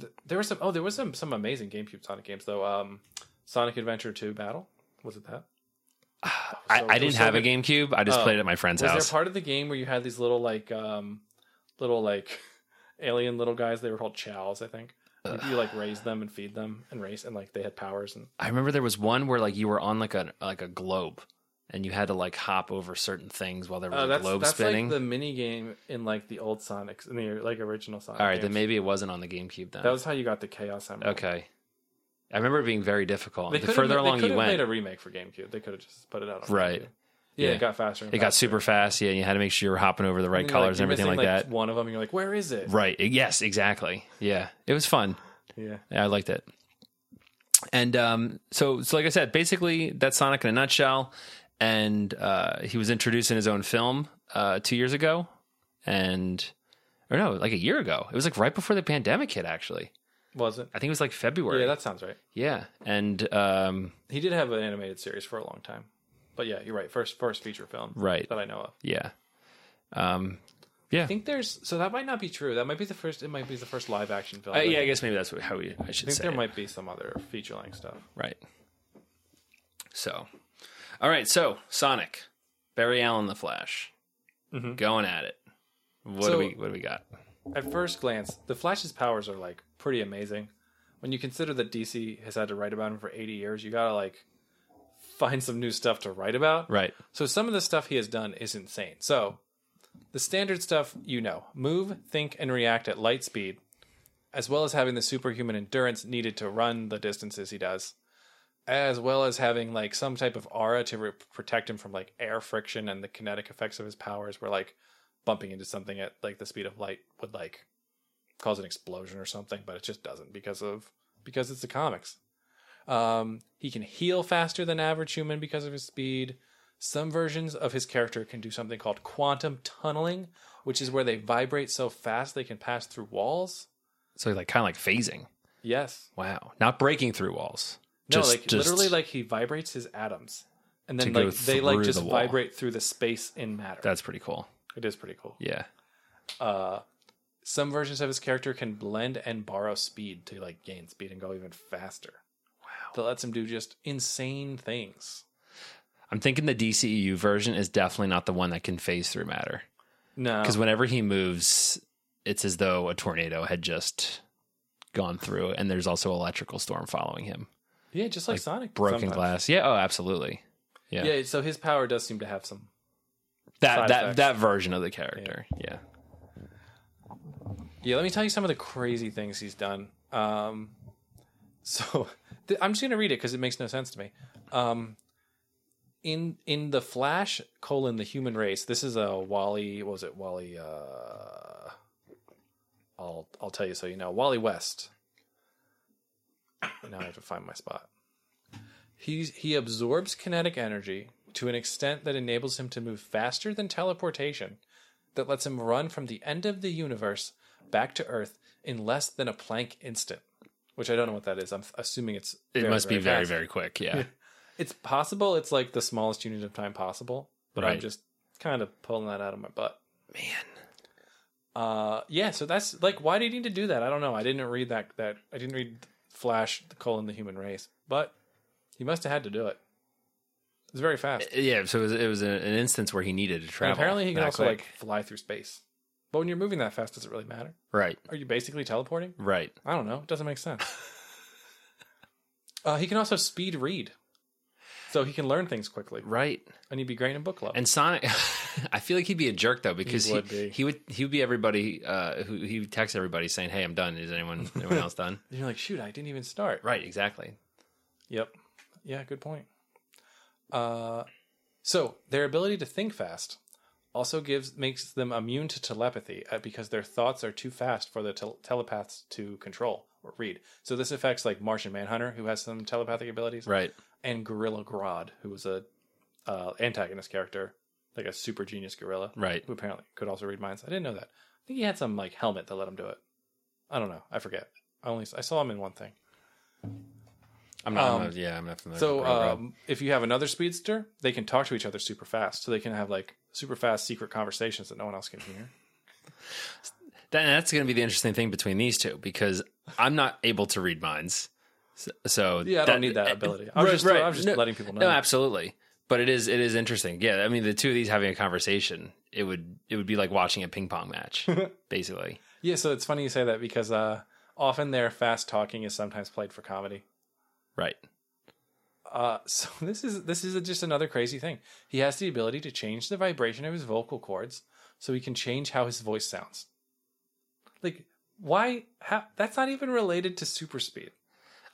S4: Th- There was some oh there was some some amazing GameCube Sonic games though. Um, Sonic Adventure 2 Battle was it that?
S3: [SIGHS] I,
S4: So-
S3: I didn't
S4: so
S3: have a
S4: good.
S3: GameCube. I just
S4: Oh.
S3: played it at my friend's
S4: Was
S3: house.
S4: there part of the game where you had these little like um little like [LAUGHS] alien little guys? They were called chows, I think. You- You, like raise them and feed them and race and like they had powers and
S3: I remember there was one where like you were on like a like a globe, and you had to like hop over certain things while there was
S4: uh,
S3: a
S4: that's
S3: globe
S4: that's
S3: spinning.
S4: like the mini game in like the old Sonics in the like original Sonic.
S3: All right, then
S4: games.
S3: maybe it wasn't on the GameCube then.
S4: that was how you got the Chaos Emerald.
S3: okay. I remember it being very difficult.
S4: They
S3: the
S4: could've
S3: further
S4: ma-
S3: along
S4: they
S3: you
S4: could've
S3: went,
S4: made a remake for GameCube. They could have just put it out. On
S3: Right.
S4: GameCube. Yeah,
S3: Yeah.
S4: it got faster. And
S3: it got super fast. Yeah, and you had to make sure you were hopping over the right colors and everything like, that.
S4: One of them, you're like, where is it?
S3: Right. e-, Yes, exactly. Yeah, it was fun.
S4: Yeah.
S3: Yeah, I liked it. And um, so, so like I said, basically that's Sonic in a nutshell. And uh, he was introduced in his own film uh, two years ago, and or no, like a year ago. It was like right before the pandemic hit. Actually,
S4: Was it?
S3: I think it was like February.
S4: Yeah, that sounds right.
S3: yeah. And um,
S4: He did have an animated series for a long time. But yeah, you're right. First first feature film
S3: Right.
S4: that I know of.
S3: yeah, um,
S4: I think there's so that might not be true. That might be the first it might be the first live action film.
S3: I,
S4: I
S3: Uh, yeah. I guess maybe that's what, how we, I should
S4: think
S3: say.
S4: there
S3: it.
S4: might be some other feature length stuff.
S3: Right. So, all right. So Sonic, Barry Allen, The Flash, going at it. What do
S4: Mm-hmm. So-
S3: we what do we got?
S4: At first glance, the Flash's powers are like pretty amazing. When you consider that DC has had to write about him for 80 years, you got to like find some new stuff to write about.
S3: Right.
S4: So some of the stuff he has done is insane. So the standard stuff you know move, think, and react at light speed, as well as having the superhuman endurance needed to run the distances he does, as well as having like some type of aura to re- protect him from like air friction and the kinetic effects of his powers, where like bumping into something at like the speed of light would like cause an explosion or something, but it just doesn't because of because it's the comics. Um, he can heal faster than average human because of his speed. Some versions of his character can do something called quantum tunneling, which is where they vibrate so fast they can pass through walls.
S3: So like kind of like phasing.
S4: Yes.
S3: Wow. Not breaking through walls.
S4: No,
S3: Just-
S4: like
S3: just-
S4: literally like he vibrates his atoms. And
S3: To
S4: then
S3: go
S4: like they like
S3: through
S4: just
S3: the wall.
S4: vibrate through the space in matter.
S3: that's pretty cool.
S4: it is pretty cool.
S3: Yeah.
S4: Uh some versions of his character can blend and borrow speed to like gain speed and go even faster. Wow. That lets him do just insane things.
S3: I'm thinking the DCEU version is definitely not the one that can phase through matter
S4: No.
S3: because whenever he moves, it's as though a tornado had just gone through, and there's also electrical storm following him,
S4: yeah, just like, Sonic.
S3: broken
S4: sometimes.
S3: glass. Yeah. Oh, absolutely. Yeah.
S4: Yeah, so his power does seem to have some
S3: that
S4: Side
S3: that
S4: effects.
S3: that version of the character. Yeah.
S4: Yeah, let me tell you some of the crazy things he's done. Um, [LAUGHS] so th- I'm just gonna read it because it makes no sense to me. Um, in in the Flash colon the human race, this is a Wally. What was it Wally? Uh, I'll I'll tell you so you know Wally West. Now I have to find my spot. He's he absorbs kinetic energy to an extent that enables him to move faster than teleportation that lets him run from the end of the universe back to Earth in less than a Planck instant. Which I don't know what that is. I'm assuming it's
S3: It must be very
S4: fast.
S3: very quick. Yeah.
S4: It's possible. It's like the smallest unit of time possible. But I'm
S3: Right.
S4: just kind of pulling that out of my butt. Man. Uh, yeah. So that's like, why do you need to do that? I don't know. I didn't read that. That I didn't read Flash: The Colon, the Human Race, but he must have had to do it. It's very fast.
S3: yeah. So it was, it was an an instance where he needed to
S4: And
S3: travel.
S4: apparently, he can
S3: that
S4: also
S3: quick.
S4: like fly through space. But when you're moving that fast, does it really matter?
S3: right
S4: Are you basically teleporting?
S3: right.
S4: I don't know. It doesn't
S3: [LAUGHS]
S4: make sense. uh, he can also speed read, so he can learn things quickly,
S3: Right.
S4: and he'd be great in book club.
S3: And Sonic, [LAUGHS] I feel like he'd be a jerk though because he,
S4: would be.
S3: he would he would be everybody uh, who he would text everybody saying, "Hey, I'm done. Is anyone anyone else done?" [LAUGHS]
S4: And you're like, shoot, I didn't even start.
S3: Right. Exactly.
S4: Yep. Yeah, good point. Uh, so their ability to think fast also gives makes them immune to telepathy uh, because their thoughts are too fast for the tel- telepaths to control or read. So this affects like Martian Manhunter, who has some telepathic abilities,
S3: Right.
S4: and Gorilla Grodd, who was a uh, antagonist character, like a super genius gorilla,
S3: Right.
S4: who apparently could also read minds. I didn't know that. I think he had some like helmet that let him do it. I don't know. I forget. I only I saw him in one thing.
S3: I'm not.
S4: Um,
S3: I'm not- yeah. I'm not familiar.
S4: So
S3: with Rogue Rogue.
S4: um, if you have another speedster, they can talk to each other super fast. So they can have like super fast secret conversations that no one else can hear.
S3: That- that's going to be the interesting thing between these two because I'm not able to read minds. So, so
S4: Yeah, I don't
S3: eh,
S4: need that ability. I was just- I was just letting people
S3: [LAUGHS]
S4: know.
S3: No, absolutely. But it is it is interesting. Yeah, I mean, the two of these having a conversation, it would it would be like watching a ping pong
S4: [LAUGHS]
S3: match, basically.
S4: Yeah, so it's funny you say that because uh, often their fast talking is sometimes played for comedy.
S3: Right.
S4: Uh, [LAUGHS] so this is this is just another crazy thing. He has the ability to change the vibration of his vocal cords, so he can change how his voice sounds. Like why? How, that's not even related to super speed.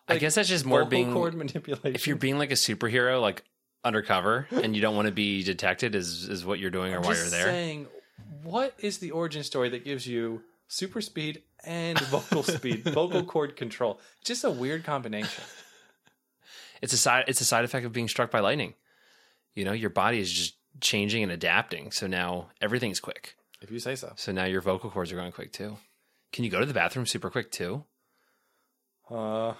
S3: I
S4: Like,
S3: guess that's just more
S4: Vocal
S3: being
S4: cord [LAUGHS] manipulation.
S3: if you're being like a superhero, like undercover, and you don't want to be detected, is is what you're doing or why you're
S4: Just
S3: there.
S4: Saying, what is the origin story that gives you super speed and
S3: [LAUGHS]
S4: vocal speed, vocal cord control? Just a weird combination.
S3: It's a side it's a side effect of being struck by lightning. You know, your body is just changing and adapting. So now everything's quick.
S4: If you say so.
S3: So now your vocal cords are going quick too. Can you go to the bathroom super quick too?
S4: Uh,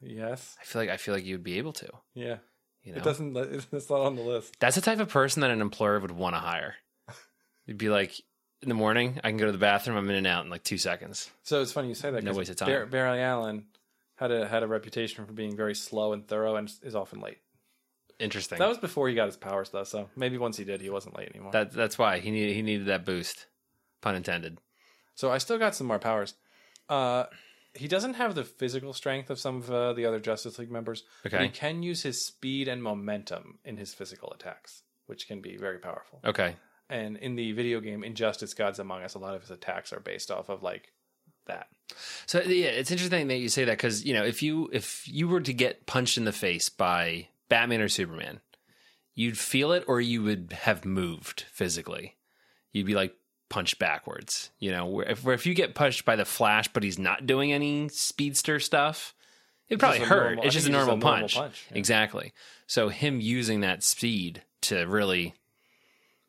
S4: yes.
S3: I feel like I feel like you'd be able to.
S4: Yeah.
S3: You know,
S4: It doesn't. [LAUGHS] It's not on the list.
S3: that's the type of person that an employer would want to hire. You'd be like, in the morning, I can go to the bathroom. I'm in and out in like two seconds.
S4: So it's funny you say that.
S3: No
S4: 'cause
S3: waste of time.
S4: Bar- Barry Allen had a had a reputation for being very slow and thorough, and is often late.
S3: Interesting.
S4: That was before he got his powers, though. So maybe once he did, he wasn't late anymore.
S3: that that's why he needed he needed that boost, pun intended.
S4: So I still got some more powers. Uh, he doesn't have the physical strength of some of uh, the other Justice League members. but
S3: Okay.
S4: he can use his speed and momentum in his physical attacks, which can be very powerful.
S3: Okay,
S4: And in the video game Injustice: Gods Among Us, a lot of his attacks are based off of like that.
S3: So yeah, it's interesting that you say that because you know if you if you were to get punched in the face by Batman or Superman, you'd feel it or you would have moved physically. You'd be like punched backwards. You know, where if, where if you get punched by the Flash, but he's not doing any speedster stuff, it probably
S4: just a
S3: hurt.
S4: normal- I
S3: it's just a
S4: think it's just a
S3: normal
S4: normal
S3: punch.
S4: punch, yeah.
S3: Exactly. So him using that speed to really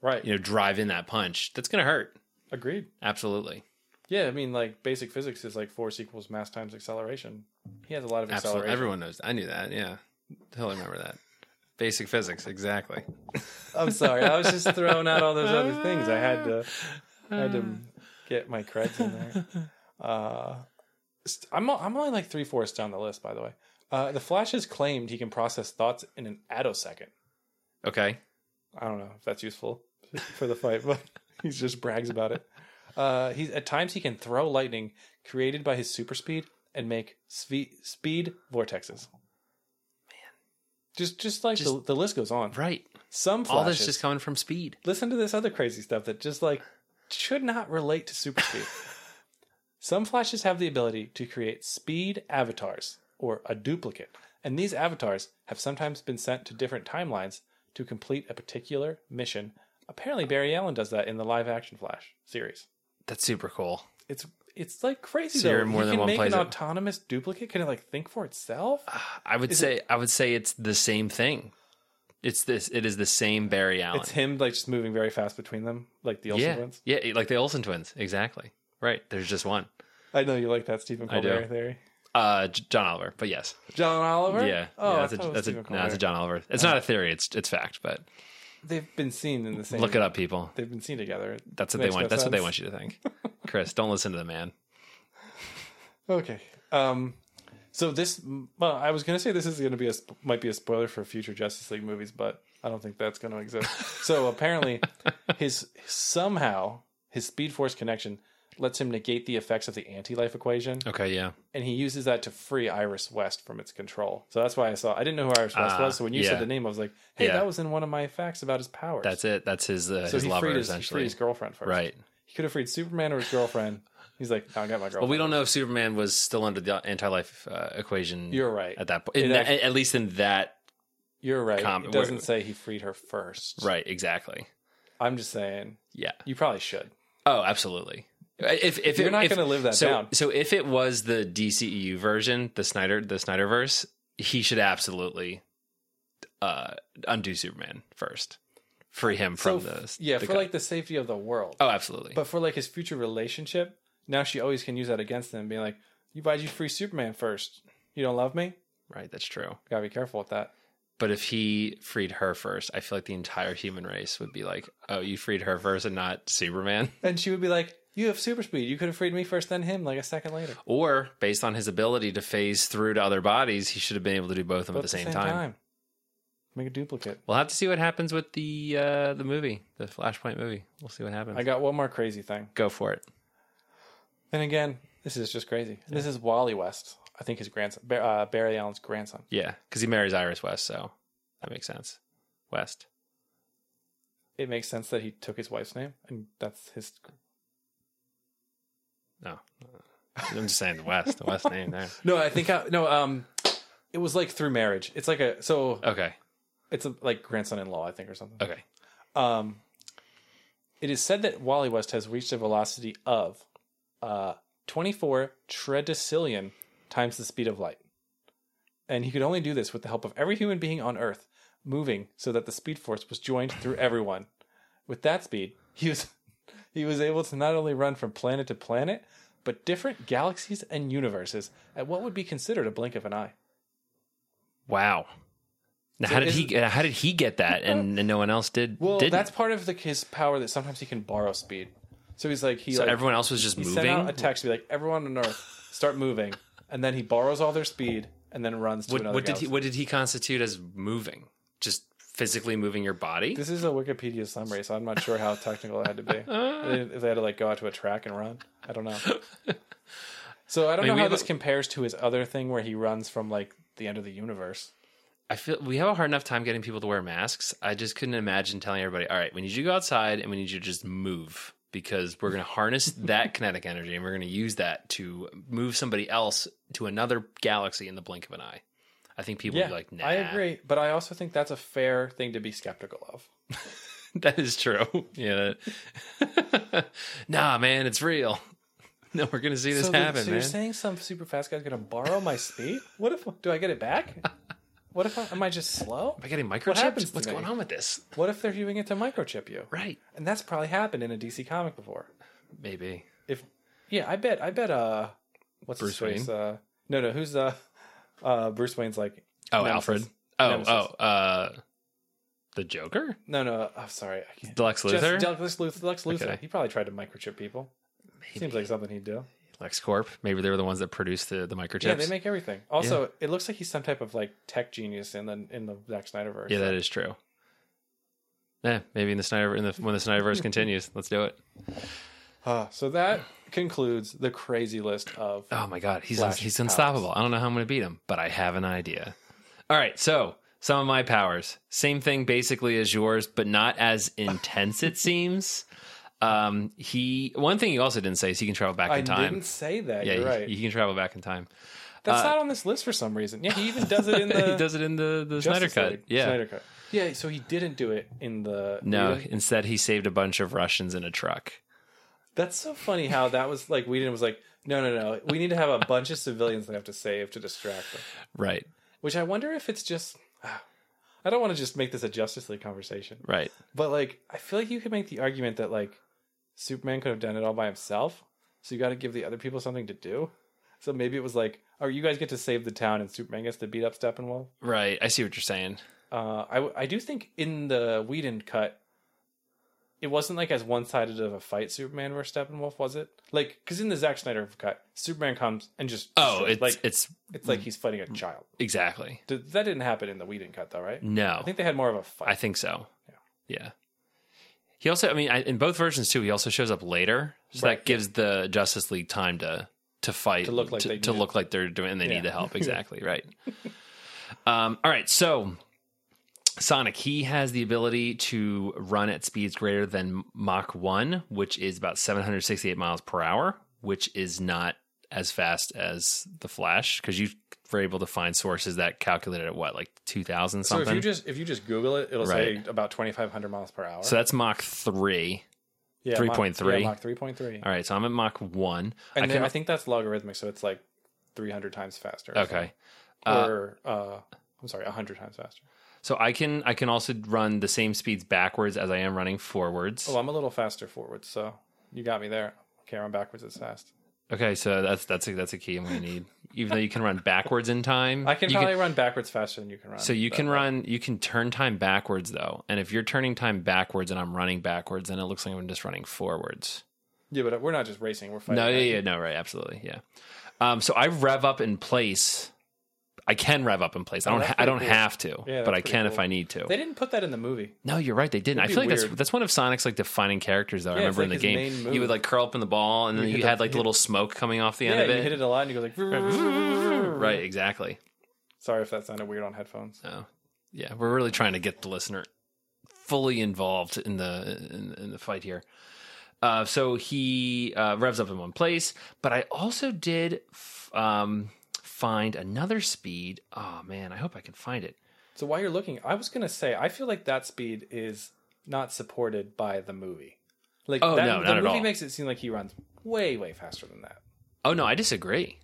S4: Right.
S3: you know drive in that punch that's going to hurt.
S4: Agreed.
S3: Absolutely.
S4: Yeah, I mean, like basic physics is like force equals mass times acceleration. He has a lot of
S3: Absolutely.
S4: acceleration.
S3: Everyone knows. I knew that. Yeah. He'll remember that. Basic physics. Exactly.
S4: I'm sorry, I was just throwing out all those other things. I had to, I
S3: [LAUGHS]
S4: had to get my creds in there. Uh, st- I'm o- I'm only like three fourths down the list, by the way. Uh, the Flash has claimed he can process thoughts in an attosecond.
S3: Okay.
S4: I don't know if that's useful for the fight, but [LAUGHS] he just brags about it. Uh, he's at times he can throw lightning created by his super speed and make spe- speed vortexes. Man, just just like the,
S3: Just-
S4: the list goes on.
S3: Right.
S4: Some flashes.
S3: All this just coming from speed.
S4: listen to this other crazy stuff that just like should not relate to super
S3: [LAUGHS]
S4: speed. Some flashes have the ability to create speed avatars or a duplicate, and these avatars have sometimes been sent to different timelines to complete a particular mission. Apparently, Barry Allen does that in the live action Flash series.
S3: That's super cool.
S4: It's it's like crazy.
S3: So you're
S4: though.
S3: in more
S4: you
S3: than
S4: can
S3: one Ah,
S4: make
S3: place
S4: an
S3: at-
S4: autonomous duplicate. Can it like think for itself?
S3: I would say I would say it's the same thing. It's this. It is the same Barry Allen.
S4: It's him like just moving very fast between them, like the Olsen
S3: yeah,
S4: ones.
S3: yeah, like the Olsen twins. Exactly. Right. There's just one.
S4: I know you like that Stephen
S3: I do.
S4: Colbert theory.
S3: Uh, J- John Oliver. But yes.
S4: John Oliver.
S3: Yeah.
S4: Oh,
S3: yeah,
S4: I
S3: that's
S4: thought it
S3: a
S4: was
S3: that's a
S4: Stephen
S3: no, that's a
S4: Colbert.
S3: John Oliver. It's not a theory. It's it's fact. But
S4: They've been seen in the same.
S3: look it up, people.
S4: They've been seen together.
S3: That's what they want. That's what they want you to think. Chris, don't listen to the man.
S4: Okay. Um. So this, well, I was gonna say this is gonna be a sp- might be a spoiler for future Justice League movies, but I don't think that's gonna exist.
S3: [LAUGHS]
S4: so apparently, his somehow his Speed Force connection lets him negate the effects of the anti-life equation,
S3: Okay. Yeah.
S4: and he uses that to free Iris West from its control. So that's why I saw. I didn't know who Iris West
S3: Ah,
S4: was. So when you
S3: yeah.
S4: said the name, I was like, "Hey,
S3: Yeah.
S4: that was in one of my facts about his powers."
S3: That's it. That's his uh,
S4: So
S3: his
S4: he
S3: lover
S4: freed his, he freed
S3: essentially.
S4: his girlfriend first,
S3: Right.
S4: He could have freed Superman or his girlfriend. He's like, "No, I got my girlfriend.
S3: Well, we don't know if Superman was still under the anti-life uh, equation.
S4: You're right.
S3: at that point.
S4: It
S3: In that-
S4: act-
S3: at least in that.
S4: You're right.
S3: Com-
S4: it doesn't
S3: wait-
S4: say he freed her first.
S3: Right. Exactly.
S4: I'm just saying
S3: Yeah.
S4: you probably should.
S3: Oh, absolutely. If if
S4: You're
S3: it-
S4: not
S3: if-
S4: gonna live that
S3: so,
S4: down.
S3: So if it was the DCEU version, the Snyder the Snyderverse, he should absolutely uh undo Superman first. Free him from
S4: So,
S3: the
S4: yeah,
S3: the
S4: for
S3: cut.
S4: like the safety of the world,
S3: Oh, absolutely.
S4: but for like his future relationship, now she always can use that against them, being like, "You why'd you free Superman first? You don't love me?
S3: right, that's true.
S4: Gotta be careful with that."
S3: But if he freed her first, I feel like the entire human race would be like, "Oh, you freed her first and not Superman." [LAUGHS]
S4: And she would be like, "You have super speed. You could have freed me first, then him, like a second later."
S3: Or based on his ability to phase through to other bodies, he should have been able to do both of them
S4: But
S3: at the same, time.
S4: make a duplicate.
S3: We'll have to see what happens with the uh the movie, the Flashpoint movie. We'll see what happens.
S4: I got one more crazy thing.
S3: go for it.
S4: And again, this is just crazy. This is Wally West. I think his grandson, Bar- uh, Barry Allen's grandson.
S3: Yeah, because he marries Iris West, so that makes sense. West.
S4: It makes sense that he took his wife's name, and that's his.
S3: No, [LAUGHS] I'm just saying the West. The West name there.
S4: No, I think I, no. Um, it was like through marriage. It's like a so
S3: Okay.
S4: it's a, like grandson-in-law, I think, or something.
S3: Okay.
S4: Um, it is said that Wally West has reached a velocity of uh, 24 tredecillion times the speed of light. And he could only do this with the help of every human being on Earth moving so that the speed force was joined through everyone. With that speed, he was [LAUGHS] he was able to not only run from planet to planet, but different galaxies and universes at what would be considered a blink of an eye.
S3: Wow. Now, how did he? How did he get that, and, and no one else did?
S4: Well,
S3: didn't?
S4: that's part of the, his power that sometimes he can borrow speed. So he's like he
S3: so
S4: like,
S3: everyone else was just
S4: he
S3: moving.
S4: sent out a text to be like, "Everyone on Earth, start moving," and then he borrows all their speed and then runs to
S3: what,
S4: another.
S3: what did he?
S4: galaxy.
S3: What did he constitute as moving? Just physically moving your body?
S4: This is a Wikipedia summary, so I'm not sure how technical it had to be. if they had to like go out to a track and run, I
S3: [LAUGHS]
S4: don't know. So I don't
S3: mean, we
S4: know how
S3: have
S4: this
S3: a-
S4: compares to his other thing where he runs from like the end of the universe.
S3: I feel we have a hard enough time getting people to wear masks. I just couldn't imagine telling everybody, all right, we need you to go outside and we need you to just move because we're going to
S4: [LAUGHS]
S3: harness that kinetic energy and we're going to use that to move somebody else to another galaxy in the blink of an eye. I think people
S4: Yeah,
S3: would be like, nah.
S4: I agree, but I also think that's a fair thing to be skeptical of.
S3: [LAUGHS] That is true. [LAUGHS] yeah. that- nah, man, it's real. [LAUGHS] No, we're going to see this
S4: so the-
S3: happen,
S4: so
S3: man.
S4: you're saying some super fast guy's going to borrow my speed? What if do I get
S3: [LAUGHS]
S4: it back? What if I, am I just slow?
S3: Am I getting microchipped?
S4: happens to
S3: What's
S4: me?
S3: going on with this?
S4: What if they're doing it to microchip you?
S3: Right.
S4: And that's probably happened in a DC comic before.
S3: Maybe.
S4: If yeah, I bet I bet uh what's
S3: Bruce
S4: his face? Uh no no, who's uh uh Bruce Wayne's like
S3: Oh,
S4: Nemesis.
S3: Alfred. Oh,
S4: Nemesis.
S3: oh, uh, the Joker?
S4: no no, I'm sorry. I can't.
S3: Lex
S4: Just-
S3: Luthor?
S4: Lex Luthor, Lex Luthor.
S3: Okay.
S4: He probably tried to microchip people. Seems like something he'd do.
S3: LexCorp. Maybe they were the ones that produced the, the microchips.
S4: Yeah, they make everything. Also, it looks like he's some type of like tech genius in the in the Zack Snyderverse.
S3: Yeah, that is true. Yeah, maybe in the Snyder in the when the
S4: [LAUGHS]
S3: Snyderverse continues, let's do it.
S4: Uh, so that concludes the crazy list of
S3: Oh my God, he's
S4: Flash
S3: he's
S4: powers.
S3: unstoppable. I don't know how I'm going to beat him, but I have an idea. All right, so some of my powers. Same thing basically as yours, but not as intense,
S4: [LAUGHS]
S3: it seems. Um, he one thing he also didn't say is he can travel back
S4: I
S3: in time.
S4: didn't say that.
S3: yeah,
S4: You're
S3: he-
S4: right.
S3: he, can travel back in
S4: [LAUGHS]
S3: time.
S4: That's not on this list for some reason. Yeah, he even does
S3: [LAUGHS]
S4: it in the
S3: he does it in the the Snyder
S4: Justice
S3: cut.
S4: League.
S3: Yeah,
S4: Snyder cut. Yeah, so he didn't do it in the
S3: no.
S4: he didn't-
S3: Instead, he saved a bunch of Russians in a truck.
S4: That's so funny how that was like Whedon was like, no, no, no, we need to have a bunch of civilians that have to save to distract them.
S3: Right,
S4: Which I wonder if it's just. ah, I don't want to just make this a Justice League conversation,
S3: right.
S4: but like I feel like you could make the argument that like Superman could have done it all by himself, so you got to give the other people something to do. So maybe it was like, oh, you guys get to save the town, and Superman gets to beat up Steppenwolf.
S3: Right. I see what you're saying.
S4: Uh, I I do think in the Whedon cut, it wasn't like as one sided of a fight Superman versus Steppenwolf was it? Like because in the Zack Snyder cut, Superman comes and just
S3: Oh,
S4: destroys-
S3: it's
S4: like
S3: it's
S4: it's like he's fighting a child.
S3: exactly.
S4: Did, that didn't happen in the Whedon cut though, right?
S3: No.
S4: I think they had more of a fight.
S3: I think so. Yeah. He also, I mean, I, in both versions too, he also shows up later, so
S4: Right,
S3: that gives the Justice League time to to fight,
S4: To look like
S3: to,
S4: they
S3: to
S4: knew.
S3: look like they're doing, and they
S4: Yeah.
S3: need the
S4: [LAUGHS]
S3: help. Exactly right. um, all right, so Sonic, he has the ability to run at speeds greater than Mach one, which is about 768 miles per hour, which is not as fast as the Flash because you were able to find sources that calculated at what like 2,000
S4: so.
S3: something.
S4: If you just if you just Google it, it'll
S3: Right.
S4: say about twenty five hundred miles per hour.
S3: So that's Mach three.
S4: yeah,
S3: 3.3.
S4: Mach three point three.
S3: All right, so I'm at Mach one.
S4: And
S3: I
S4: then
S3: can-
S4: I think that's logarithmic, so it's like three hundred times faster. or
S3: okay,
S4: something. or uh, I'm sorry, hundred times faster.
S3: so I can I can also run the same speeds backwards as I am running forwards.
S4: Oh, I'm a little faster forward, so you got me there. Okay, I'm backwards as fast.
S3: Okay, so that's that's a, that's a key I'm gonna need. Even though you can run backwards in time,
S4: I can
S3: you
S4: probably run backwards faster than you can run.
S3: so you
S4: but,
S3: can
S4: like,
S3: run you can turn time backwards though. And if you're turning time backwards and I'm running backwards, then it looks like I'm just running forwards.
S4: Yeah, but we're not just racing; we're fighting.
S3: No,
S4: right?
S3: yeah, yeah, no, right, absolutely, yeah. Um, so I rev up in place. I can rev up in place. I don't.
S4: Oh, that's
S3: ha- I
S4: pretty
S3: don't
S4: cool.
S3: have to,
S4: Yeah,
S3: but
S4: that's
S3: I
S4: pretty
S3: can if
S4: cool.
S3: I need to.
S4: They didn't put that in the movie.
S3: No, you're right. They didn't. I
S4: It'd be
S3: feel like that's
S4: weird.
S3: that's one of Sonic's like defining characters. Though I
S4: Yeah, it's
S3: remember
S4: like
S3: in the
S4: his
S3: game, he
S4: main move.
S3: would like curl up in the ball, and then
S4: hit
S3: you
S4: the-
S3: had like the little smoke coming off the end
S4: Yeah,
S3: of
S4: you
S3: it.
S4: hit it a lot, and you go like.
S3: right, exactly.
S4: Sorry if that sounded weird on headphones.
S3: So, yeah, we're really trying to get the listener fully involved in the in, in the fight here. Uh, so he uh, revs up in one place, but I also did f- um, find another speed. Oh man, I hope I can find it.
S4: So while you're looking, I was gonna say I feel like that speed is not supported by the movie. Like
S3: Oh,
S4: that,
S3: no,
S4: the
S3: not at
S4: movie
S3: all.
S4: makes it seem like he runs way way faster than that.
S3: Oh no, I disagree.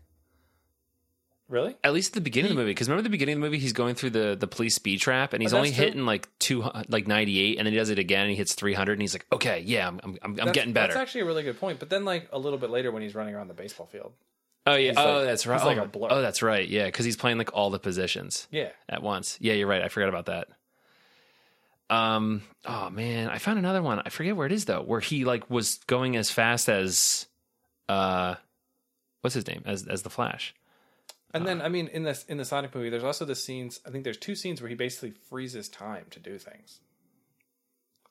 S4: Really?
S3: At least at the beginning of the movie, because remember the beginning of the movie, he's going through the the police speed trap, and he's
S4: Oh, that's
S3: only
S4: true.
S3: hitting like two, like ninety eight, and then he does it again, and he hits three hundred, and he's like, okay, yeah, I'm I'm, I'm
S4: That's-
S3: getting better.
S4: That's actually a really good point. But then like a little bit later when he's running around the baseball field.
S3: oh yeah, oh
S4: like-
S3: that's right.
S4: he's like
S3: oh,
S4: a blur.
S3: oh, that's right. Yeah, because he's playing like all the positions
S4: Yeah.
S3: at once. Yeah, you're right. I forgot about that. Um. Oh man, I found another one. I forget where it is though. Where he like was going as fast as, uh, what's his name? As as the Flash.
S4: And
S3: Uh-huh.
S4: then I mean in this in the Sonic movie, there's also the scenes I think there's two scenes where he basically freezes time to do things.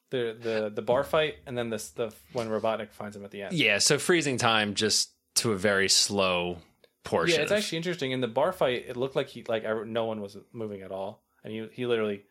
S4: The the the bar fight and then this the when Robotnik finds him at the end.
S3: Hmm. Yeah. So freezing time just to a very slow portion.
S4: Yeah, it's
S3: of-
S4: actually interesting. In the bar fight, it looked like he like I, no one was moving at all, and he he literally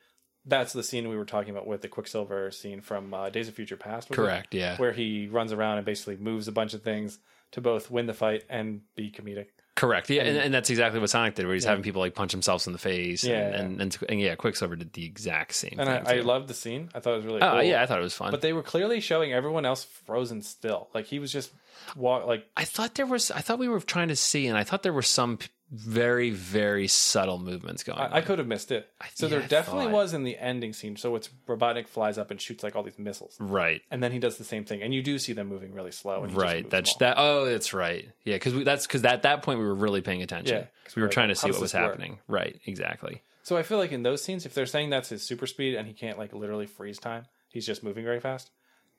S4: that's the scene we were talking about with the Quicksilver scene from uh, Days of Future Past. was it?
S3: Correct, yeah.
S4: where he runs around and basically moves a bunch of things to both win the fight and be comedic.
S3: Correct. Yeah, and, and that's exactly what Sonic did, where he's having people like punch themselves in the face.
S4: Yeah,
S3: and,
S4: yeah.
S3: And, and, and yeah, Quicksilver did the exact same
S4: And
S3: thing.
S4: I, I
S3: too.
S4: loved the scene. I thought it was really.
S3: Oh
S4: cool.
S3: yeah, I thought it was fun.
S4: But they were clearly showing everyone else frozen still. Like he was just walk like
S3: I thought there was. I thought we were trying to see, and I thought there were some p- very very subtle movements going. on.
S4: I, I could have missed it. So
S3: yeah,
S4: there
S3: I
S4: definitely
S3: thought-
S4: was in the ending scene. So it's Robotnik flies up and shoots like all these missiles.
S3: Right.
S4: and then he does the same thing, and you do see them moving really slow. And he just
S3: Right.
S4: moves
S3: That's
S4: them
S3: that. Oh, that's right. Yeah, because that's because at that point we were really paying attention.
S4: Yeah, 'cause
S3: we were
S4: we're
S3: trying
S4: like,
S3: to
S4: how
S3: see
S4: does
S3: what was
S4: this work?
S3: happening. Right. Exactly.
S4: all. So I feel like in those scenes, if they're saying that's his super speed and he can't like literally freeze time, he's just moving very fast.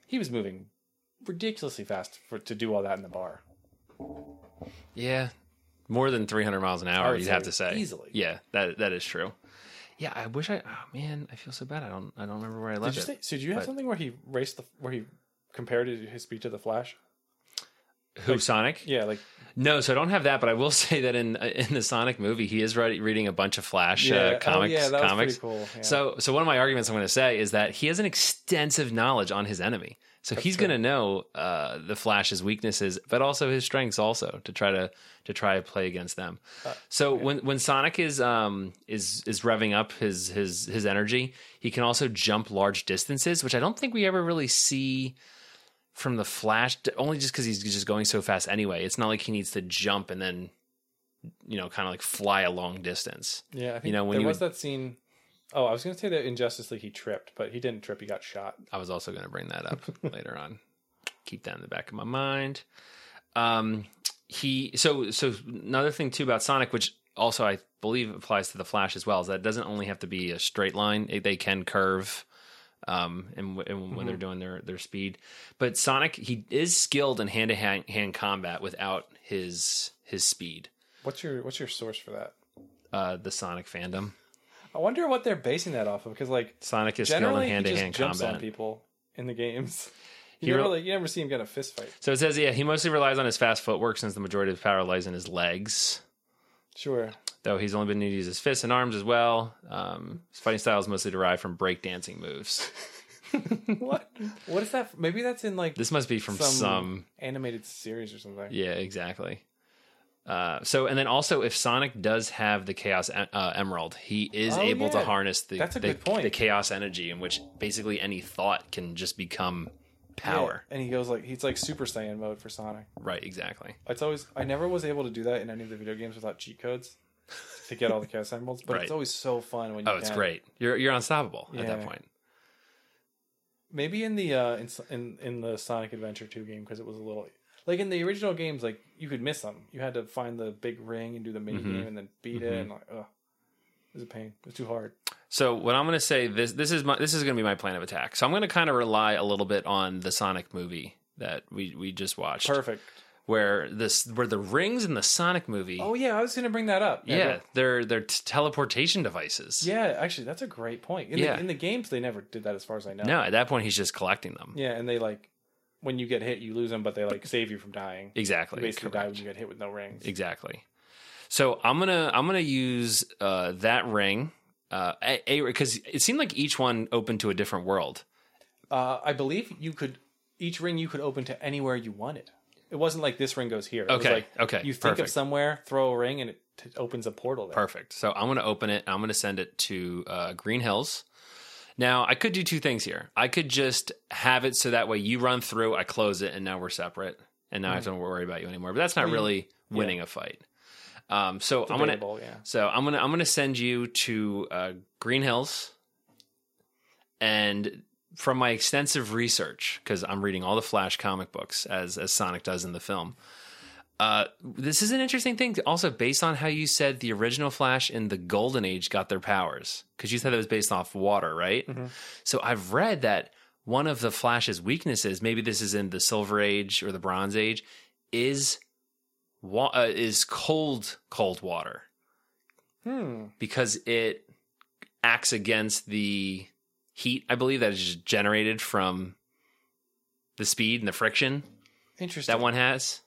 S4: He was moving ridiculously fast for to do all that in the bar.
S3: Yeah. More than 300 miles an
S4: I
S3: hour,
S4: would
S3: you'd
S4: say
S3: have to say.
S4: easily.
S3: Yeah, that that is true. Yeah, I wish I. Oh man, I feel so bad. I don't. I don't remember where I
S4: Did
S3: left
S4: you
S3: it.
S4: say? So did you have
S3: but-
S4: something where he raced the where he compared his his speed to the Flash?
S3: Who Sonic?
S4: Yeah, like
S3: No, so I don't have that, but I will [LAUGHS] say that in in the Sonic movie, he is read, reading a bunch of Flash
S4: Yeah.
S3: uh,
S4: Oh,
S3: comics.
S4: yeah, that was pretty
S3: comics.
S4: cool, yeah.
S3: So, so one of my arguments I'm going to say is that he has an extensive knowledge on his enemy, so he's going to know uh, the Flash's weaknesses, but also his strengths, also to try to to try to play against them.
S4: Uh,
S3: so when when Sonic is um is is revving up his his his energy, he can also jump large distances, which I don't think we ever really see from the Flash, only just because he's just going so fast anyway. It's not like he needs to jump and then, you know, kind of like fly a long distance.
S4: Yeah, I think
S3: you know, when
S4: there
S3: you
S4: was
S3: would-
S4: that scene. Oh, I was going to say that in Justice League he tripped, but he didn't trip. He got shot.
S3: I was also going to bring that up later on. Keep that in the back of my mind. Um, he so so another thing too about Sonic, which also I believe applies to the Flash as well, is that it doesn't only have to be a straight line; It- they can curve. Um, and, w- and when they're doing their their speed, but Sonic he is skilled in hand to hand combat without his his speed.
S4: What's your What's your source for that?
S3: uh, the Sonic fandom.
S4: I wonder what they're basing that off of because like
S3: Sonic is skilled in
S4: generally
S3: hand
S4: he
S3: to
S4: just
S3: hand
S4: jumps on
S3: combat.
S4: people in the games. [LAUGHS] You
S3: He
S4: never
S3: re-
S4: like you never see him get in a fist fight.
S3: So it says, yeah, he mostly relies on his fast footwork since the majority of his power lies in his legs. [LAUGHS]
S4: Sure.
S3: Though he's only been able to use his fists and arms as well. Um, his fighting style is mostly derived from breakdancing
S4: [LAUGHS]
S3: moves.
S4: What? what is that? Maybe that's in like
S3: This must be from
S4: some,
S3: some
S4: animated series or something.
S3: Yeah, exactly. Uh, so, and then also, if Sonic does have the Chaos em- uh, Emerald, he is
S4: Oh,
S3: able to
S4: yeah.
S3: harness the,
S4: That's a
S3: the,
S4: good point.
S3: the Chaos energy, in which basically any thought can just become power.
S4: And he goes like he's like Super Saiyan mode for Sonic.
S3: Right, exactly.
S4: It's always I never was able to do that in any of the video games without cheat codes to get all the [LAUGHS] chaos emeralds, but
S3: Right.
S4: it's always so fun when you
S3: Oh, it's
S4: can.
S3: great. You're you're unstoppable at that
S4: Yeah.
S3: point.
S4: Maybe in the uh in S- in, in the Sonic Adventure 2 game because it was a little like in the original games like you could miss them. You had to find the big ring and do the mini
S3: Mm-hmm.
S4: game and then beat it and like ugh. It was a pain. It was too hard.
S3: So what I'm going to say this this is my this is going to be my plan of attack. So I'm going to kind of rely a little bit on the Sonic movie that we we just watched,
S4: Perfect.
S3: where this where the rings in the Sonic movie,
S4: Oh yeah, I was going to bring that up.
S3: yeah, they're they're t- teleportation devices.
S4: Yeah, actually that's a great point. In
S3: Yeah.
S4: the in the games they never did that as far as I know.
S3: No, at that point he's just collecting them.
S4: Yeah, and they like when you get hit, you lose them, but they like save you from dying. You
S3: Exactly.
S4: basically die
S3: correct.
S4: when you get hit with no rings.
S3: Exactly. So I'm gonna I'm gonna use uh, that ring, uh, a because it seemed like each one opened to a different world.
S4: Uh, I believe you could each ring you could open to anywhere you wanted. It wasn't like this ring goes here. It was
S3: Okay,
S4: like
S3: okay,
S4: You think
S3: perfect.
S4: of somewhere, throw a ring, and it t- opens a portal. There.
S3: Perfect. So I'm going to open it. and I'm going to send it to uh, Green Hills. Now I could do two things here. I could just have it so that way you run through, I close it, and now we're separate, and now I don't worry about you anymore. But that's not really winning a fight. Um, so I'm gonna
S4: Debatable, yeah.
S3: so I'm gonna I'm gonna send you to uh, Green Hills, and from my extensive research, because I'm reading all the Flash comic books as as Sonic does in the film. Uh, this is an interesting thing. Also, based on how you said the original Flash in the Golden Age got their powers, because you said it was based off water, right? So I've read that one of the Flash's weaknesses, maybe this is in the Silver Age or the Bronze Age, is wa- uh, is cold cold water
S4: Hmm.
S3: because it acts against the heat, I believe, that is generated from the speed and the friction
S4: Interesting.
S3: that one has.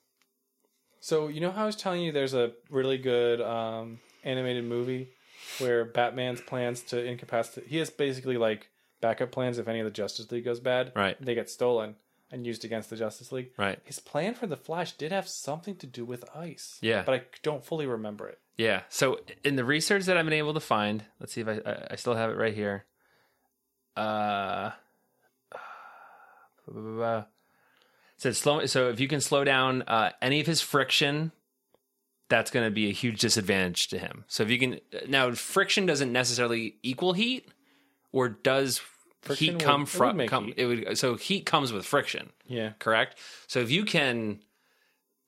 S4: So you know how I was telling you there's a really good um, animated movie where Batman's plans to incapacitate he has basically like backup plans if any of the Justice League goes bad.
S3: Right.
S4: They get stolen and used against the Justice League.
S3: Right.
S4: His plan for the Flash did have something to do with ice.
S3: Yeah.
S4: But I don't fully remember it.
S3: Yeah. So in the research that I've been able to find, let's see if I I, I still have it right here. Uh, [SIGHS] blah, blah, blah, blah. It said slow. So if you can slow down uh, any of his friction, that's going to be a huge disadvantage to him. So if you can now, friction doesn't necessarily equal heat, or does
S4: Friction
S3: heat
S4: would-
S3: come
S4: it would
S3: from?
S4: make
S3: come,
S4: heat.
S3: It would. So heat comes with friction
S4: Yeah.
S3: correct so if you can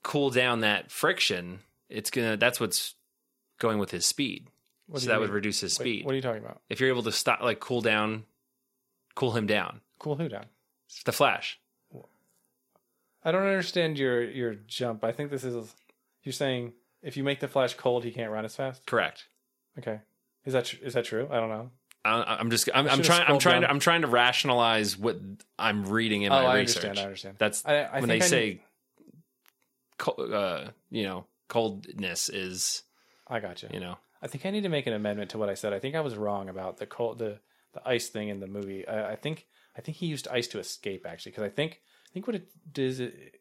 S3: cool down that friction it's gonna that's what's going with his speed
S4: What do
S3: so
S4: you
S3: that
S4: mean?
S3: would reduce his
S4: Wait,
S3: speed
S4: what are you talking about?
S3: if you're able to stop like cool down cool him down
S4: Cool who down?
S3: the flash
S4: I don't understand your your jump. I think this is you're saying if you make the Flash cold he can't run as fast.
S3: correct
S4: Okay. Is that tr- is that true? I don't know.
S3: I, i'm just i'm, I'm
S4: should've
S3: trying i'm
S4: scrolled
S3: trying to,
S4: down.
S3: i'm trying to rationalize what i'm reading in
S4: Oh,
S3: my
S4: I
S3: research
S4: understand. I understand.
S3: that's
S4: I- I
S3: when
S4: think
S3: they
S4: I
S3: say co- uh, you know coldness is
S4: I got you.
S3: you know
S4: I think I need to make an amendment to what I said. I think I was wrong about the cold, the the ice thing in the movie. I, I think I think he used ice to escape actually because I think I think what it does. It,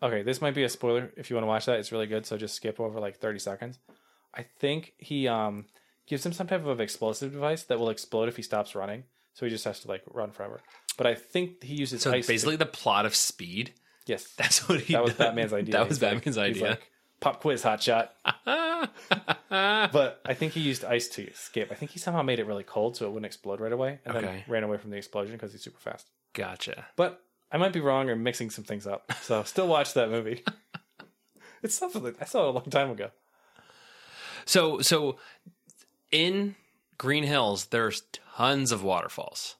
S4: okay, this might be a spoiler if you want to watch that. It's really good, so just skip over like thirty seconds. I think he um gives him some type of explosive device that will explode if he stops running, so he just has to like run forever. But I think he uses
S3: so
S4: ice. to-
S3: basically the plot of Speed. [LAUGHS]
S4: yes,
S3: That's what he.
S4: that was
S3: does.
S4: Batman's
S3: [LAUGHS]
S4: idea.
S3: That was
S4: He's like-
S3: Batman's
S4: he's
S3: idea.
S4: like, Pop quiz, hot shot. but I think he used ice to escape. I think he somehow made it really cold so it wouldn't explode right away, and then
S3: Okay.
S4: ran away from the explosion because he's super fast.
S3: [LAUGHS] gotcha.
S4: But I might be wrong or mixing some things up. So [LAUGHS] still watch
S3: [LAUGHS]
S4: that movie. it's something that I saw it a long time ago.
S3: So so in Green Hills, there's tons of waterfalls.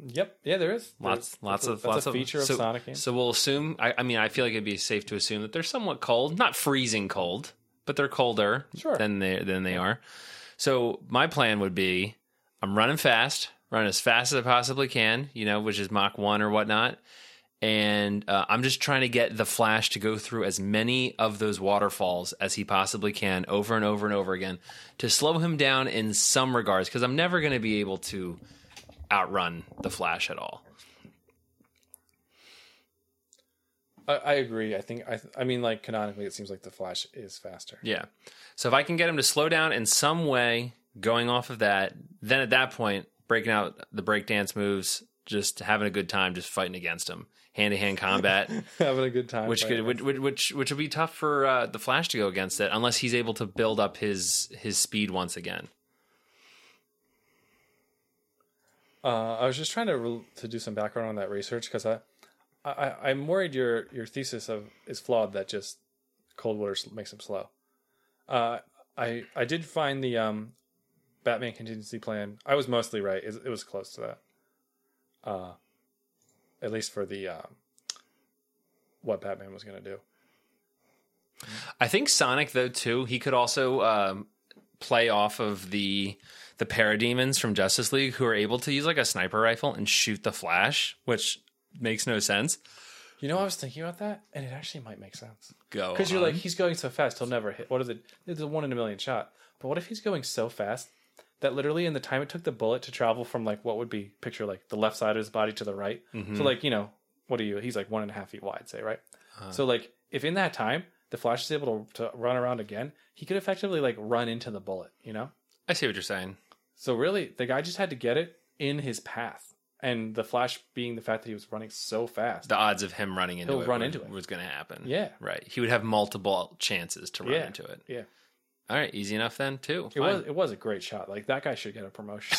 S4: Yep. Yeah, there is
S3: Lots,
S4: There's-
S3: lots of
S4: that's
S3: lots
S4: a feature of,
S3: so,
S4: Sonic games.
S3: So we'll assume. I, I mean, I feel like it'd be safe to assume that they're somewhat cold, not freezing cold, but they're colder
S4: Sure.
S3: than they than they are. So my plan would be, I'm running fast, run as fast as I possibly can, you know, which is Mach one or whatnot, and uh, I'm just trying to get the Flash to go through as many of those waterfalls as he possibly can, over and over and over again, to slow him down in some regards, because I'm never going to be able to outrun the Flash at all.
S4: I, I agree. I think I I mean like canonically it seems like the Flash is faster. [LAUGHS]
S3: Yeah. So if I can get him to slow down in some way, going off of that, then at that point, breaking out the breakdance moves, just having a good time, just fighting against him, hand to hand combat,
S4: Having a good time.
S3: which
S4: fighting
S3: could
S4: this.
S3: which which which, which would be tough for uh, the Flash to go against it, unless he's able to build up his his speed once again.
S4: Uh, I was just trying to re- to do some background on that research because I, I I'm worried your your thesis of is flawed that just cold water s- makes him slow. Uh, I I did find the um, Batman contingency plan. I was mostly right. It, it was close to that. Uh, at least for the um, what Batman was gonna do.
S3: I think Sonic though too, he could also um, play off of the the parademons from Justice League who are able to use like a sniper rifle and shoot the Flash, which makes no sense.
S4: You know, I was thinking about that, and it actually might make sense.
S3: Go
S4: Because you're
S3: on.
S4: like, he's going so fast, he'll never hit. What is it? It's a one in a million shot. But what if he's going so fast that literally in the time it took the bullet to travel from like what would be picture like the left side of his body to the right?
S3: Mm-hmm.
S4: So like you know, what are you? He's like one and a half feet wide, say right?
S3: Uh-huh.
S4: So like if in that time the Flash is able to, to run around again, he could effectively like run into the bullet. You know.
S3: I see what you're saying.
S4: So really, the guy just had to get it in his path, and the Flash being the fact that he was running so fast.
S3: the odds of him running into
S4: He'll
S3: it
S4: run
S3: were-
S4: into it.
S3: was going to happen.
S4: Yeah.
S3: right. He would have multiple chances to run
S4: Yeah.
S3: into it.
S4: Yeah.
S3: All right, easy enough then too.
S4: It
S3: Fine.
S4: was it was a great shot. Like that guy should get a promotion.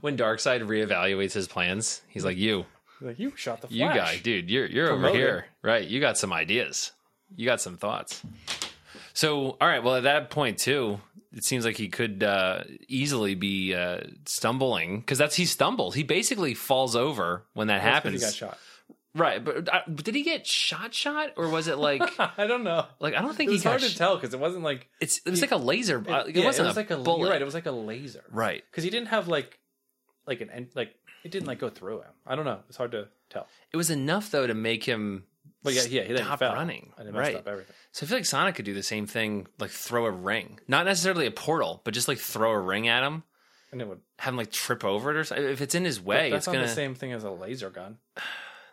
S3: when Darkseid reevaluates his plans, he's like, "You,
S4: like you shot the Flash.
S3: you guy, dude, you're you're
S4: Promoted.
S3: over here, right? You got some ideas, you got some thoughts." So, all right, well, at that point too, it seems like he could uh, easily be uh, stumbling because that's he stumbles. He basically falls over when that
S4: That's 'cause
S3: happens,
S4: He got shot. [LAUGHS]
S3: right? But uh, did he get shot? Shot or was it
S4: [LAUGHS]
S3: like?
S4: I don't know.
S3: Like I don't think
S4: It was
S3: he got
S4: hard
S3: sh-
S4: to tell because it wasn't like
S3: It's it was like a laser. It, it
S4: yeah,
S3: wasn't a
S4: like a
S3: bullet.
S4: you're right. It was like a laser.
S3: Right.
S4: Because he didn't have like like an end like it didn't like go through him. I don't know. It's hard to tell.
S3: It was enough though to make him.
S4: But yeah, yeah, he then he
S3: stop
S4: fell,
S3: running.
S4: and it messed
S3: right.
S4: up everything.
S3: So I feel like Sonic could do the same thing, like throw a ring, not necessarily a portal, but just like throw a ring at him,
S4: And it would.
S3: have him like trip over it or something. If it's in his
S4: but
S3: way,
S4: that's
S3: it's
S4: not
S3: gonna.
S4: the same thing as a laser gun.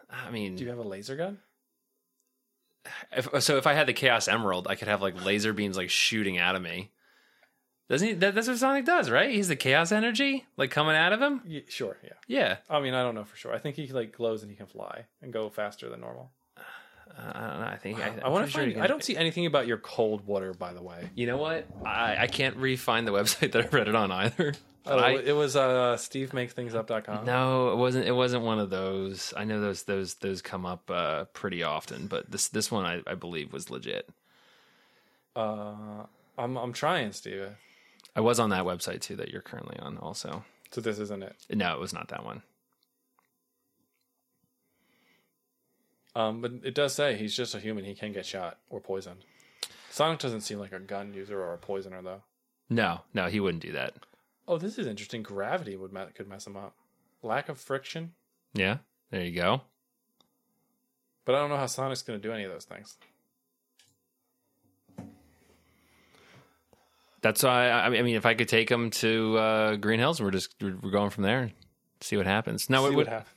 S3: I mean,
S4: Do you have a laser gun?
S3: if, so if I had the Chaos Emerald, I could have like laser beams like shooting out of me. Doesn't he? That, that's what Sonic does, right? He's the Chaos Energy like coming out of him.
S4: Ye- sure. Yeah.
S3: Yeah.
S4: I mean, I don't know for sure. I think he like glows and he can fly and go faster than normal.
S3: Uh, I don't know. I think I,
S4: I want to
S3: sure
S4: find.
S3: he can-
S4: I don't see anything about your cold water, by the way.
S3: You know what? I, I can't re-find the [LAUGHS] website that I read it on either.
S4: Oh,
S3: I-
S4: it was uh, stevemakethingsup.com.
S3: no, it wasn't. It wasn't one of those. I know those those those come up uh, pretty often, but this this one I, I believe was legit.
S4: Uh, I'm I'm trying, Steve.
S3: I was on that website too that you're currently on. Also,
S4: So this isn't it.
S3: no, it was not that one.
S4: Um, but it does say he's just a human. He can get shot or poisoned. Sonic doesn't seem like a gun user or a poisoner, though.
S3: No, no, he wouldn't do that.
S4: Oh, this is interesting. Gravity would me- could mess him up. Lack of friction.
S3: Yeah, there you go.
S4: But I don't know how Sonic's going to do any of those things.
S3: That's why I, I mean, if I could take him to uh, Green Hills, we're just we're we're going from there. and See what happens. No,
S4: See
S3: it
S4: what
S3: would.
S4: happens.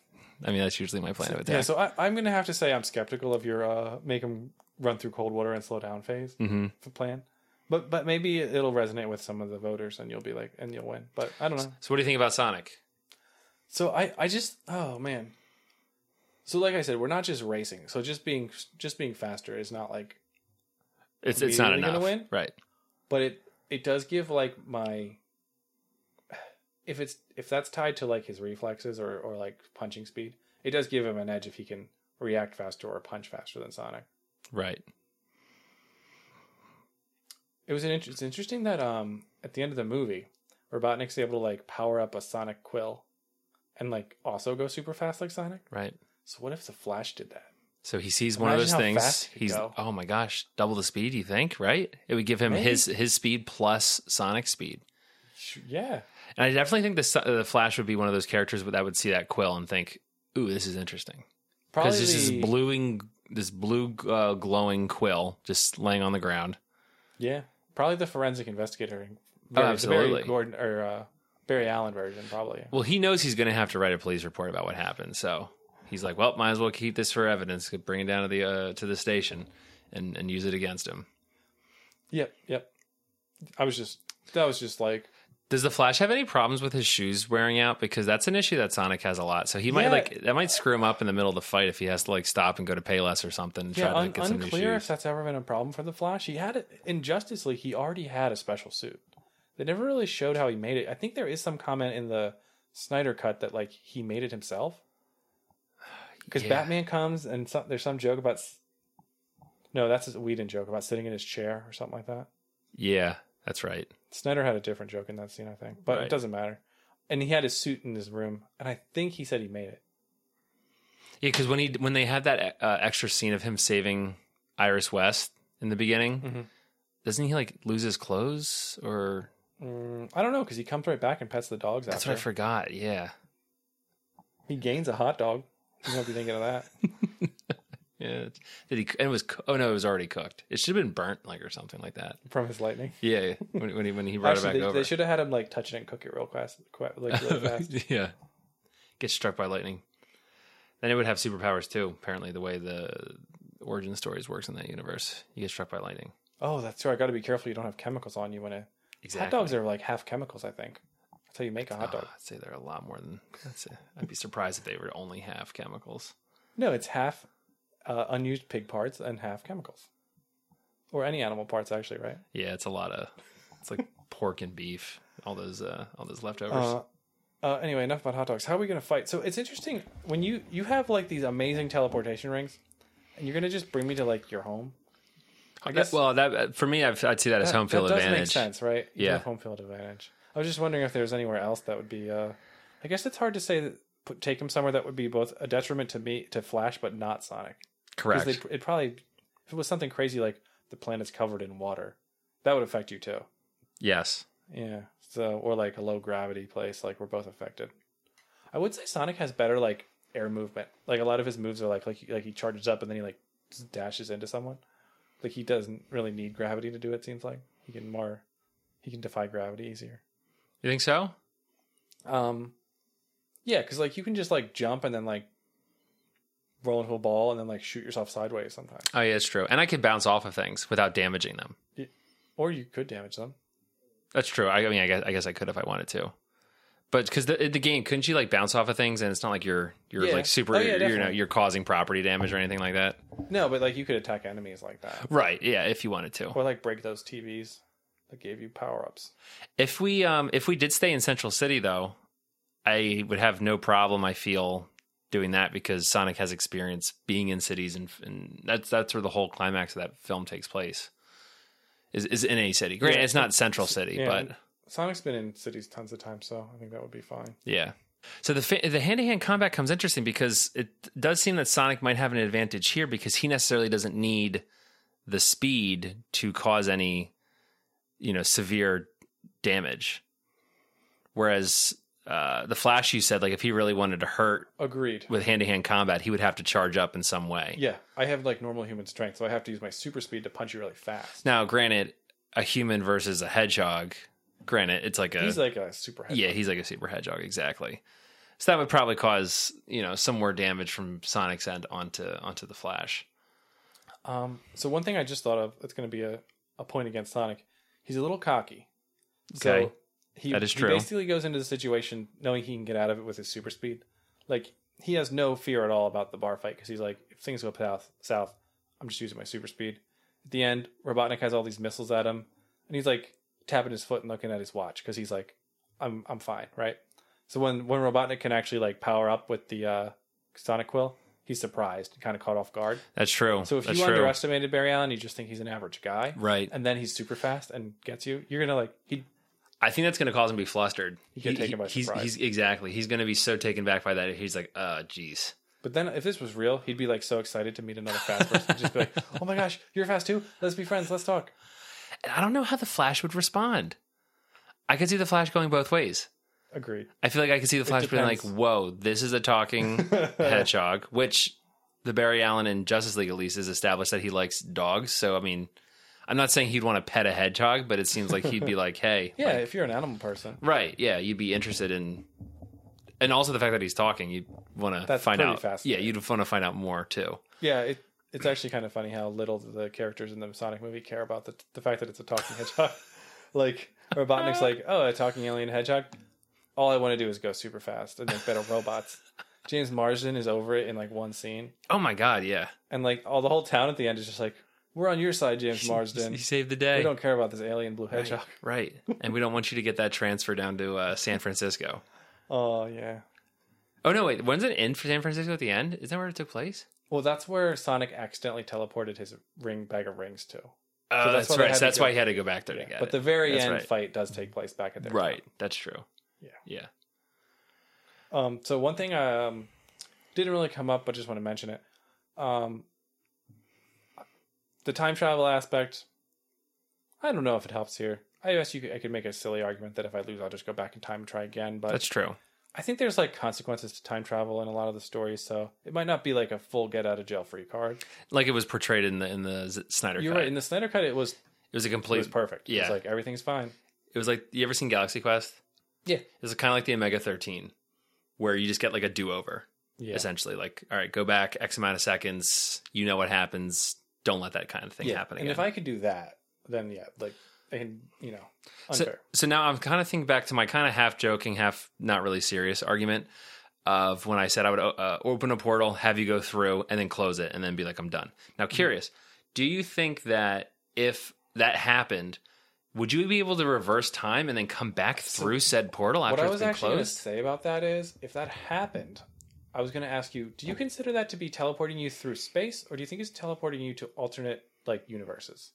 S3: I mean, that's usually my plan of attack.
S4: Yeah, so I, I'm going to have to say I'm skeptical of your uh, make them run through cold water and slow down phase f- plan. But but maybe it'll resonate with some of the voters and you'll be like and you'll win. But I don't know.
S3: so, what do you think about Sonic?
S4: So I I just oh man. So like I said, we're not just racing. So just being just being faster is not like
S3: It's it's not
S4: Immediately
S3: enough,
S4: gonna win?
S3: right?
S4: but it it does give like my if it's if that's tied to like his reflexes or or like punching speed, it does give him an edge if he can react faster or punch faster than Sonic.
S3: Right.
S4: It was an inter- it's interesting that um at the end of the movie, Robotnik's able to like power up a Sonic Quill, and like also go super fast like Sonic.
S3: Right.
S4: So what if the Flash did that?
S3: So he sees one of
S4: Imagine
S3: those
S4: how
S3: things.
S4: fast he could
S3: He's
S4: go.
S3: oh my gosh, double the speed. You think right? It would give him
S4: Maybe.
S3: his his speed plus Sonic speed.
S4: Sh- Yeah,
S3: And I definitely think the Su- the Flash would be one of those characters that would see that quill and think, "Ooh, this is interesting,"
S4: probably
S3: because this is bluing this blue uh, glowing quill just laying on the ground.
S4: Yeah, probably the forensic investigator.
S3: Oh,
S4: Barry- the Barry
S3: absolutely.
S4: Gordon or uh, Barry Allen version probably.
S3: Well, he knows he's going to have to write a police report about what happened, so he's like, "Well, might as well keep this for evidence. Could Bring it down to the uh, to the station and and use it against him."
S4: Yep, yep. I was just that was just like
S3: Does the Flash have any problems with his shoes wearing out? Because that's an issue that Sonic has a lot. So he might
S4: Yeah.
S3: like that might screw him up in the middle of the fight if he has to like stop and go to Payless or something and
S4: yeah,
S3: try to
S4: un-
S3: get some new
S4: unclear if
S3: shoes.
S4: that's ever been a problem for the Flash. He had it in Justice League. He already had a special suit. They never really showed how he made it. I think there is some comment in the Snyder cut that like he made it himself. Because
S3: Yeah.
S4: Batman comes and some, there's some joke about. s- No, that's a Whedon joke about sitting in his chair or something like that.
S3: Yeah, that's right.
S4: Snyder had a different joke in that scene, I think, but
S3: Right.
S4: it doesn't matter. And he had his suit in his room, and I think he said he made it.
S3: Yeah, because when he when they had that uh, extra scene of him saving Iris West in the beginning,
S4: Mhm.
S3: doesn't he like lose his clothes or?
S4: Mm, I don't know because he comes right back and pets the dogs.
S3: That's
S4: after.
S3: what I forgot. Yeah,
S4: He gains a hot dog. You might be thinking of that. [LAUGHS]
S3: yeah. Did he? And it was co- oh no, it was already cooked. It should have been burnt like or something like that.
S4: from his lightning.
S3: Yeah, when, when he when he brought
S4: Actually,
S3: it back
S4: they,
S3: over,
S4: they should have had him like touch it and cook it real fast, qu-
S3: [LAUGHS]
S4: like really fast.
S3: yeah. Get struck by lightning. Then it would have superpowers too, apparently, the way the origin stories works in that universe. You get struck by lightning.
S4: oh, that's right. I got to be careful. You don't have chemicals on you when it. Hot dogs are like half chemicals. I think that's how you make a hot dog.
S3: I'd say they're a lot more than that's it. I'd be surprised if they were only half chemicals.
S4: No, it's half uh, unused pig parts and half chemicals, or any animal parts actually, right?
S3: Yeah, it's a lot of it's like pork and beef, all those uh all those leftovers.
S4: Uh, uh, anyway, enough about hot dogs. How are we going to fight? So it's interesting when you you have like these amazing teleportation rings, and you're going to just bring me to like your home. I
S3: That- well, that uh, for me, I've, I'd see that as home field
S4: that
S3: advantage.
S4: Does make sense, right? You
S3: Yeah.
S4: have home field advantage. I was just wondering if there was anywhere else that would be. Uh, I guess it's hard to say that put, take him somewhere that would be both a detriment to me to Flash, but not Sonic.
S3: Correct.
S4: Because it probably if it was something crazy like the planet's covered in water, that would affect you too.
S3: yes.
S4: Yeah. So or like a low gravity place, like we're both affected. I would say Sonic has better like air movement. Like a lot of his moves are like like like he charges up and then he like dashes into someone. Like he doesn't really need gravity to do it. Seems like he can more he can defy gravity easier.
S3: You think so?
S4: Um, yeah, because like you can just like jump and then like roll into a ball and then like shoot yourself sideways sometimes,
S3: Oh yeah, it's true. And I could bounce off of things without damaging them.
S4: or you could damage them.
S3: That's true. I, I mean, I guess I guess I could if I wanted to, but because the, the game couldn't you like bounce off of things and it's not like you're you're
S4: Yeah.
S3: like super
S4: Oh, yeah,
S3: you're, you know
S4: definitely.
S3: you're causing property damage or anything like that.
S4: No, but like you could attack enemies like that,
S3: Right? Yeah, if you wanted to.
S4: or like break those TVs that gave you power ups.
S3: If we um if we did stay in Central City though, I would have no problem. I feel doing that because Sonic has experience being in cities and, and that's that's where the whole climax of that film takes place. Is is in a city? Great,
S4: Yeah.
S3: it's not Central City,
S4: Yeah,
S3: but
S4: and Sonic's been in cities tons of times, so I think that would be fine.
S3: Yeah. So the fa- the hand to hand combat comes interesting because it does seem that Sonic might have an advantage here because he necessarily doesn't need the speed to cause any, you know, severe damage. Whereas uh, the Flash, you said like if he really wanted to hurt
S4: Agreed.
S3: with hand to hand combat, he would have to charge up in some way.
S4: Yeah, I have like normal human strength, so I have to use my super speed to punch you really fast.
S3: Now, granted, a human versus a hedgehog, granted, it's like a
S4: he's like a super.
S3: yeah, he's like a super hedgehog exactly. So that would probably cause you know some more damage from Sonic's end onto onto the Flash.
S4: Um, so one thing I just thought of that's going to be a, a point against Sonic. He's a little cocky.
S3: Okay.
S4: So he,
S3: That is
S4: he
S3: true.
S4: basically goes into the situation knowing he can get out of it with his super speed. Like he has no fear at all about the bar fight because he's like, if things go south, south, I'm just using my super speed. At the end, Robotnik has all these missiles at him, and he's like tapping his foot and looking at his watch because he's like, I'm I'm fine, right? So when when Robotnik can actually like power up with the uh, Sonic Quill, he's surprised and kind of caught off guard.
S3: That's true.
S4: So if
S3: That's
S4: you
S3: true.
S4: underestimated Barry Allen, you just think he's an average guy,
S3: Right.
S4: And then he's super fast and gets you. You're gonna like he
S3: I think that's going to cause him to be flustered.
S4: He get taken by
S3: he's,
S4: surprise.
S3: he's exactly. He's going to be so taken back by that. He's like, uh, geez.
S4: But then if this was real, he'd be like so excited to meet another [LAUGHS] fast person. just be like, oh my gosh, you're fast too. Let's be friends. Let's talk.
S3: And I don't know how the Flash would respond. I could see the Flash going both ways.
S4: Agreed.
S3: I feel like I could see the Flash being like,
S4: depends.
S3: "Whoa, this is a
S4: [LAUGHS]
S3: talking hedgehog," which the Barry Allen in Justice League at least is established that he likes dogs. So I mean, I'm not saying he'd want to pet a hedgehog, but it seems like he'd
S4: [LAUGHS]
S3: be like, "Hey,
S4: Yeah,
S3: like-
S4: if you're an animal person,
S3: right, yeah, you'd be interested in." And also the fact that he's talking, you want to
S4: That's
S3: find
S4: pretty
S3: out. Yeah,
S4: fascinating.
S3: you'd want to find out more too.
S4: yeah, it, it's actually kind of funny how little the characters in the Sonic movie care about the the fact that it's a talking hedgehog. [LAUGHS] like Robotnik's like, oh, a talking alien hedgehog. All I want to do is go super fast and make better robots. James Marsden is over it in like one scene.
S3: Oh my god, yeah,
S4: and like all the whole town at the end is just like, "We're on your side, [LAUGHS] James Marsden.
S3: he saved the day.
S4: we don't care about this alien blue hedgehog."
S3: Right, and we don't want you to get that transfer down to uh, San Francisco.
S4: Oh yeah.
S3: Oh no, wait, when's it in for San Francisco at the end? Is that where it took place?
S4: Well, that's where Sonic accidentally teleported his ring bag of rings to.
S3: Oh,
S4: So
S3: that's,
S4: that's why they
S3: right.
S4: had
S3: So
S4: to
S3: that's
S4: go-
S3: why he had to go back there to get
S4: But
S3: it.
S4: the very
S3: That's
S4: end
S3: right.
S4: fight does take place back at their
S3: right. That's true.
S4: Yeah.
S3: Yeah.
S4: Um, so one thing um didn't really come up, but just want to mention it. Um, the time travel aspect. I don't know if it helps here. I guess you could, I could make a silly argument that if I lose, I'll just go back in time and try again. But
S3: That's true.
S4: I think there's like consequences to time travel in a lot of the stories, so it might not be like a full get out of jail free card.
S3: Like it was portrayed in the in the Z- Snyder
S4: You're
S3: cut.
S4: right. In the Snyder cut, it was
S3: it was a
S4: it
S3: complete.
S4: was perfect. It
S3: Yeah.
S4: was like everything's fine.
S3: it was like you ever seen Galaxy Quest?
S4: Yeah.
S3: It was kind of like the Omega Thirteen, where you just get like a do over
S4: Yeah.
S3: essentially. Like, all right, go back X amount of seconds. You know what happens. Don't let that kind of thing
S4: yeah.
S3: happen
S4: and
S3: again.
S4: if I could do that, then yeah, like I can, you know,
S3: so,
S4: unfair.
S3: so now I'm kind of thinking back to my kind of half joking, half not really serious argument of when I said I would uh, open a portal, have you go through, and then close it, and then be like, I'm done. Now,
S4: Mm-hmm.
S3: curious, do you think that if that happened, would you be able to reverse time and then come back through said portal
S4: what
S3: after
S4: I
S3: it's
S4: was
S3: been
S4: actually going to
S3: closed?
S4: say about that is, if that happened, I was going to ask you, do you consider that to be teleporting you through space, or do you think it's teleporting you to alternate like
S3: [SIGHS]
S4: universes?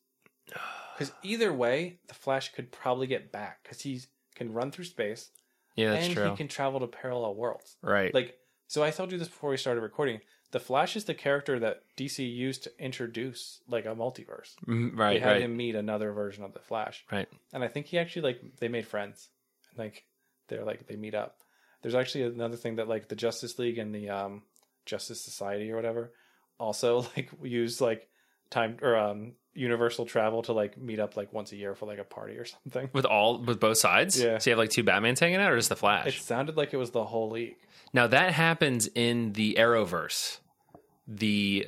S4: Because either way, the Flash could probably get back because he can run through space.
S3: Yeah, that's
S4: and
S3: true.
S4: he can travel to parallel worlds.
S3: right.
S4: Like, so I told you this before we started recording. The Flash is the character that DC used to introduce like a multiverse.
S3: Mm,
S4: they
S3: right,
S4: had
S3: right,
S4: him meet another version of the Flash,
S3: right.
S4: and I think he actually like they made friends. Like they're like they meet up. There's actually another thing that like the Justice League and the um, Justice Society or whatever also [LAUGHS] like use like time or um, universal travel to like meet up like once a year for like a party or [LAUGHS] something.
S3: With all with both sides,
S4: Yeah.
S3: So you have like two Batmans hanging out, or just the Flash?
S4: It sounded like it was the whole league.
S3: Now that happens in the Arrowverse. The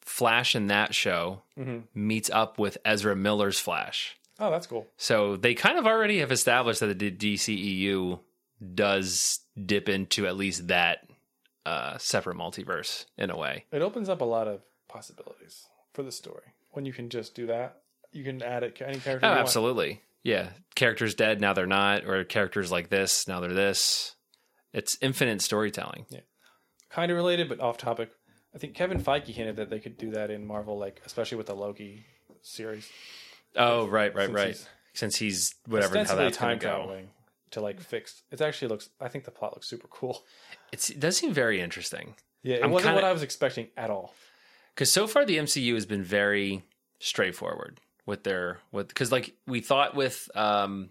S3: Flash in that show
S4: Mm-hmm.
S3: meets up with Ezra Miller's Flash.
S4: Oh, that's cool.
S3: So they kind of already have established that the DCEU does dip into at least that uh, separate multiverse in a way.
S4: it opens up a lot of possibilities for the story when you can just do that you can add it any character
S3: Oh,
S4: you want.
S3: absolutely. Yeah. Characters dead, now they're not, or characters like this, now they're this. It's infinite storytelling.
S4: kind of related but off topic i think kevin feige hinted that they could do that in marvel like especially with the loki series
S3: Oh, right, right,
S4: Since
S3: right.
S4: he's-
S3: Since he's whatever how
S4: Ostensibly
S3: that's gonna
S4: time
S3: go.
S4: traveling to like fix it actually looks i think the plot looks super cool [LAUGHS]
S3: It's, it does seem very interesting.
S4: yeah it
S3: I'm
S4: wasn't
S3: kinda-
S4: what i was expecting at all
S3: because so far the MCU has been very straightforward with their with because like we thought with um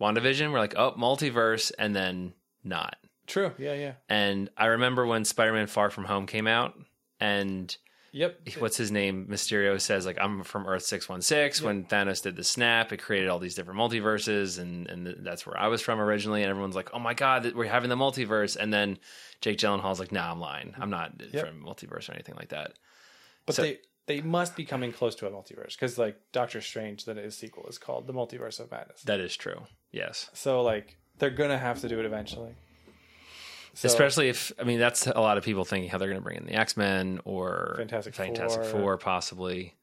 S3: WandaVision, we're like, oh, multiverse, and then not.
S4: True. Yeah, yeah.
S3: And I remember when Spider Man Far From Home came out, and
S4: Yep.
S3: what's his name? Mysterio says, like, I'm from Earth 616. When Thanos did the snap, it created all these different multiverses, and, and th- that's where I was from originally. And everyone's like, oh my God, that- we're having the multiverse. And then Jake Gyllenhaal's like, nah, I'm lying. I'm not
S4: Yep.
S3: from multiverse or anything like that.
S4: But
S3: So-
S4: they they must be coming close to a multiverse because like Doctor Strange, that his sequel is called The Multiverse of Madness.
S3: That is true. Yes.
S4: So like they're gonna have to do it eventually. So-
S3: Especially if I mean that's a lot of people thinking how they're going to bring in the X Men or
S4: Fantastic
S3: Fantastic
S4: Four.
S3: Four. possibly.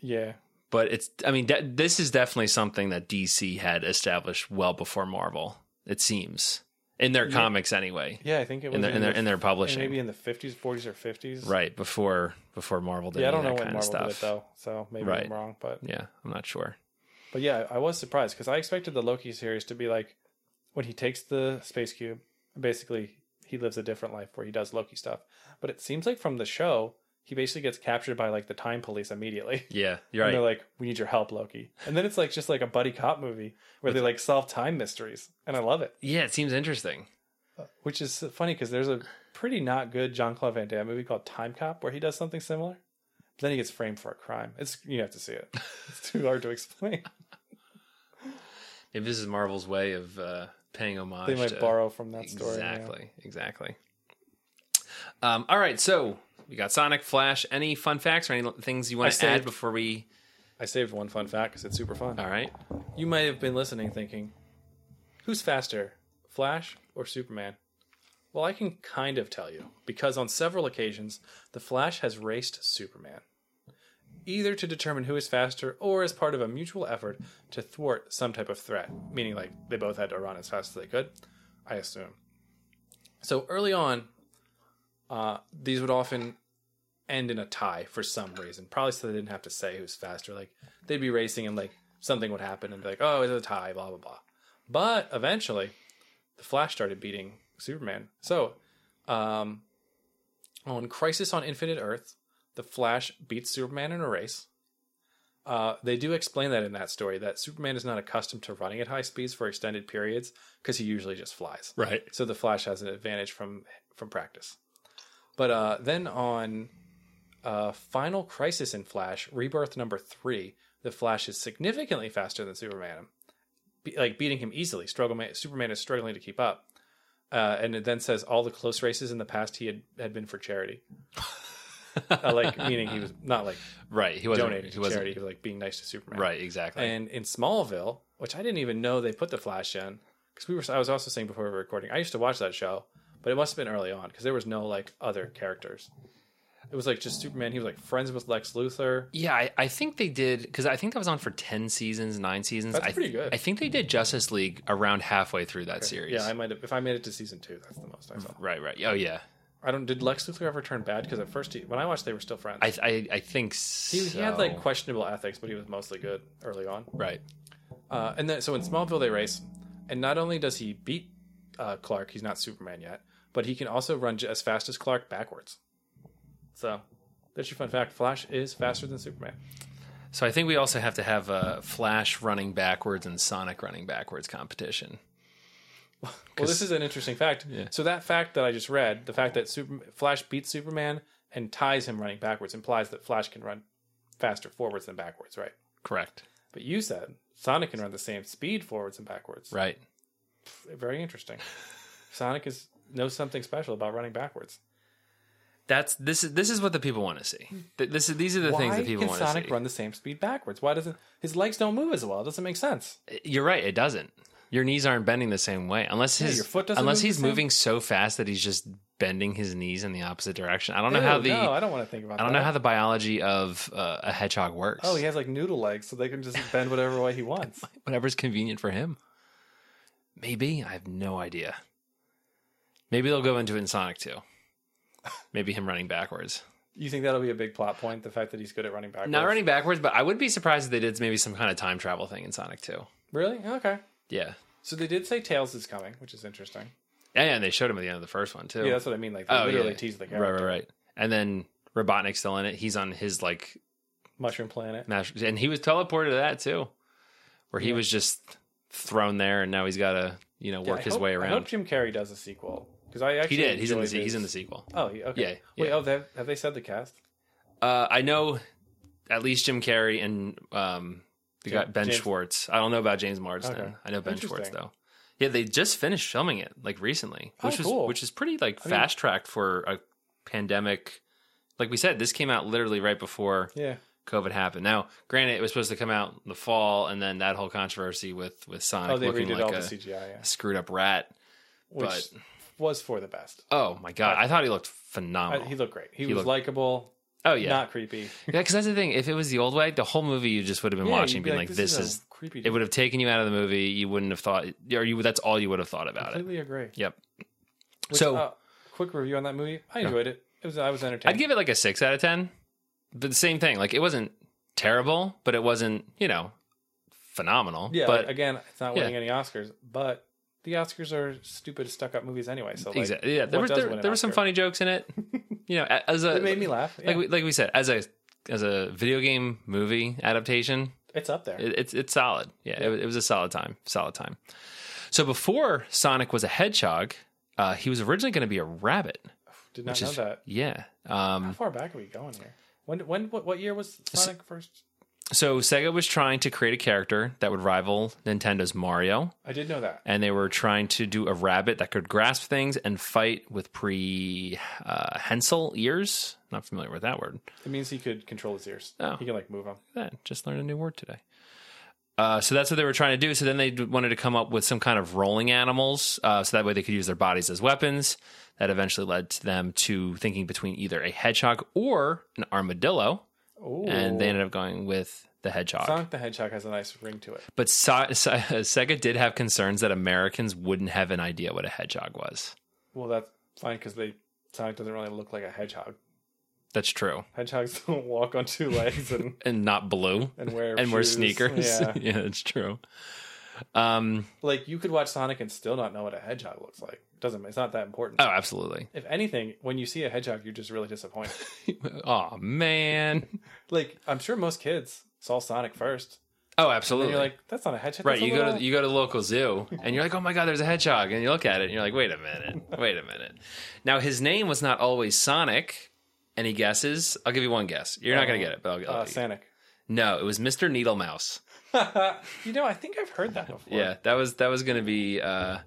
S4: yeah,
S3: But it's I mean de- this is definitely something that DC had established well before Marvel. It seems in their comics anyway,
S4: yeah. I think it was
S3: in their in their in their publishing,
S4: maybe in the fifties, forties, or fifties.
S3: right before before Marvel did
S4: Yeah, I
S3: any
S4: don't know
S3: of that
S4: when
S3: kind of
S4: Marvel
S3: stuff.
S4: did it though, so maybe
S3: Right.
S4: I'm wrong. But
S3: Yeah, I'm not sure.
S4: but yeah, I was surprised because I expected the Loki series to be like when he takes the space cube, basically he lives a different life where he does Loki stuff. But it seems like from the show, he basically gets captured by like the time police immediately. [LAUGHS]
S3: Yeah, you're
S4: And
S3: right.
S4: they're like, "We need your help, Loki." And then it's like just like a buddy cop movie where they like solve time mysteries, and I love it.
S3: yeah, it seems interesting.
S4: Which is funny because there's a pretty not good John Claude Van Damme movie called Time Cop where he does something similar. But then he gets framed for a crime. It's you have to see it. It's too hard to [LAUGHS] explain.
S3: Maybe this is Marvel's way of uh, paying homage.
S4: They might
S3: to-
S4: borrow from that story. yeah.
S3: Exactly. Exactly. Um, all right. So we got Sonic, Flash. Any fun facts or any things you
S4: I
S3: want to
S4: saved-
S3: add before we?
S4: I saved one fun fact because it's super fun.
S3: All right.
S4: You might have been listening thinking, who's faster, Flash or Superman? Well, I can kind of tell you, because on several occasions, the Flash has raced Superman, either to determine who is faster or as part of a mutual effort to thwart some type of threat, meaning like they both had to run as fast as they could, I assume. So early on, uh, these would often end in a tie for some reason. Probably so they didn't have to say who's faster. Like they'd be racing and like something would happen and be like, oh, it's a tie, blah blah blah. But eventually, the Flash started beating Superman. So, um, on Crisis on Infinite Earth, the Flash beats Superman in a race. Uh, they do explain that in that story that Superman is not accustomed to running at high speeds for extended periods because he usually just flies.
S3: Right.
S4: So the Flash has an advantage from from practice. But uh, then on uh, Final Crisis in Flash Rebirth number three, the Flash is significantly faster than Superman, be- like beating him easily. Struggle Superman is struggling to keep up, uh, and it then says all the close races in the past he had had been for
S3: [LAUGHS]
S4: charity. uh, like meaning he was not like
S3: Right. He wasn't.
S4: donating
S3: he
S4: to
S3: wasn't.
S4: charity, he was like being nice to Superman.
S3: Right. Exactly.
S4: And in Smallville, which I didn't even know they put the Flash in, because we were. I was also saying before we were recording, I used to watch that show, but it must have been early on because there was no like other characters. It was like just Superman. He was like friends with Lex Luthor.
S3: yeah, I, I think they did because I think that was on for ten seasons, nine seasons.
S4: That's
S3: I,
S4: pretty good.
S3: I think they did Justice League around halfway through that series.
S4: Yeah, I might have. If I made it to season two, that's the most I saw.
S3: right. Right. Oh yeah.
S4: I don't. Did Lex Luthor ever turn bad? Because at first, he, when I watched, they were still friends.
S3: I I, I think so.
S4: he, he had like questionable ethics, but he was mostly good early on.
S3: right.
S4: Uh, and then, so in Smallville, they race, and not only does he beat uh, Clark, he's not Superman yet, but he can also run j- as fast as Clark backwards. So that's your fun fact: Flash is faster than Superman.
S3: So I think we also have to have a Flash running backwards and Sonic running backwards competition.
S4: Well, this is an interesting fact. So that fact that I just read, the fact that Super- Flash beats Superman and ties him running backwards, implies that Flash can run faster forwards than backwards, right?
S3: Correct.
S4: But you said Sonic can run the same speed forwards and backwards.
S3: Right.
S4: Very interesting. Sonic is knows something special about running backwards.
S3: That's this is this is what the people want to see. Th- This is these are the things that people
S4: Hmm. can
S3: want to
S4: Sonic
S3: see.
S4: run the same speed backwards? Why doesn't his legs don't move as well? It doesn't make sense.
S3: You're right. It doesn't. Your knees aren't bending the same way unless his
S4: your foot doesn't
S3: unless
S4: move the
S3: he's
S4: same?
S3: moving so fast that he's just bending his knees in the opposite direction. I don't know
S4: Ew,
S3: how the
S4: no, I
S3: I,
S4: don't want to think about.
S3: don't
S4: that.
S3: know how the biology of uh, a hedgehog works.
S4: Oh, he has like noodle legs, so they can just bend whatever
S3: [LAUGHS]
S4: way he wants.
S3: whatever's convenient for him. Maybe I have no idea. Maybe they'll go into it in Sonic 2. Maybe him running backwards.
S4: You think that'll be a big plot point? The fact that he's good at running backwards.
S3: Not running backwards, but I would be surprised if they did maybe some kind of time travel thing in Sonic 2.
S4: Really? Okay.
S3: Yeah.
S4: So they did say Tails is coming, which is interesting.
S3: Yeah, yeah, and they showed him at the end of the first one too.
S4: Yeah, that's what I mean. Like they literally teased the character.
S3: Oh, Right, right, right. And then Robotnik's still in it. He's on his like
S4: Mushroom Planet.
S3: master, and he was teleported to that too, where he was just thrown there, and now he's got to you know work
S4: I
S3: his
S4: hope-
S3: way
S4: I hope
S3: around.
S4: Jim Carrey does a sequel because I actually
S3: He did. He's in the
S4: enjoyed
S3: se- he's
S4: his-
S3: in the sequel.
S4: Oh, he- okay.
S3: Yeah,
S4: Wait,
S3: yeah.
S4: oh, they have, have they said the cast?
S3: Uh, I know at least Jim Carrey and um, the guy
S4: Jim-
S3: Ben
S4: James-
S3: Schwartz. I don't know about James Marsden.
S4: Okay.
S3: I know Ben Schwartz
S4: Interesting.
S3: though. Yeah, they just finished filming it like recently,
S4: Oh,
S3: which is
S4: cool.
S3: which is pretty like
S4: mean-
S3: fast tracked for a pandemic. Like we said, this came out literally right before
S4: Yeah.
S3: COVID happened. Now, granted, it was supposed to come out in the fall, and then that whole controversy with with Sonic
S4: Oh, they
S3: looking
S4: redid
S3: like
S4: all
S3: a
S4: the CGI, yeah.
S3: screwed up rat.
S4: which
S3: but-
S4: was for the best.
S3: Oh my god, I thought he looked
S4: I,
S3: phenomenal.
S4: Uh, he looked great. He,
S3: He
S4: was
S3: looked-
S4: likable,
S3: oh yeah,
S4: not creepy.
S3: Yeah, because that's the thing. If it was the old way, the whole movie you just would have been
S4: Yeah,
S3: watching,
S4: you'd
S3: being like, "This
S4: a
S3: is."
S4: creepy."
S3: It would have taken you out of the movie. You wouldn't have thought, or you. That's all you would have thought about it.
S4: completely agree.
S3: Yep.
S4: Which,
S3: so
S4: uh, quick review on that movie. I enjoyed it. It was I was entertained.
S3: I'd give it like a six out of ten. But the same thing, like it wasn't terrible, but it wasn't you know phenomenal.
S4: yeah,
S3: but
S4: like, again, it's not winning
S3: yeah.
S4: any Oscars, but the Oscars are stupid, stuck-up movies anyway. So like,
S3: exactly, yeah, there
S4: what
S3: were
S4: does
S3: there,
S4: win an
S3: there were some
S4: Oscar?
S3: funny jokes in it. you know, a- as a
S4: It made me laugh. Yeah.
S3: Like we, like we said, as a as a video game movie adaptation,
S4: it's up there.
S3: It, it's it's solid. Yeah, It, was- it was a solid time. Solid time. So before Sonic was a hedgehog, uh, he was originally going to be a rabbit.
S4: Did not
S3: which
S4: know
S3: is-
S4: that.
S3: Yeah.
S4: How
S3: Um,
S4: far back are we going here? When when what, what year was Sonic first?
S3: so Sega was trying to create a character that would rival Nintendo's Mario,
S4: I did know that.
S3: and they were trying to do a rabbit that could grasp things and fight with prehensile ears. Not familiar with that word.
S4: It means he could control his ears.
S3: Oh.
S4: He can like move them.
S3: that. Just learned a new word today. Uh, so that's what they were trying to do. So then they d- wanted to come up with some kind of rolling animals, uh, so that way they could use their bodies as weapons. That eventually led to them to thinking between either a hedgehog or an armadillo,
S4: Ooh.
S3: and they ended up going with the hedgehog.
S4: Sonic the Hedgehog has a nice ring to it.
S3: But so- so- [LAUGHS] Sega did have concerns that Americans wouldn't have an idea what a hedgehog was.
S4: Well, that's fine because they Sonic doesn't really look like a hedgehog.
S3: That's true,
S4: Hedgehogs [LAUGHS] don't walk on two legs and
S3: and not blue,
S4: and wear
S3: [LAUGHS] and wear
S4: shoes.
S3: sneakers.
S4: Yeah,
S3: [LAUGHS] yeah, that's true. Um.
S4: like you could watch Sonic and still not know what a hedgehog looks like. Doesn't it's not that important.
S3: Oh, absolutely.
S4: If anything, when you see a hedgehog, you're just really disappointed. [LAUGHS]
S3: Oh man.
S4: like I'm sure most kids saw Sonic first,
S3: Oh,
S4: and
S3: absolutely.
S4: you're like, "That's not a hedgehog."
S3: right,
S4: that's a
S3: you go to
S4: little-"
S3: you go to the local zoo and you're like, "Oh my god, there's a hedgehog." And you look at it and you're like, "Wait a minute. Wait a minute." Now, his name was not always Sonic. Any guesses? I'll give you one guess. You're not going to get it, but I'll, I'll
S4: uh, Sonic.
S3: No, it was Mr. Needle Mouse.
S4: You know, I think I've heard that before.
S3: Yeah, that was that was going to be uh,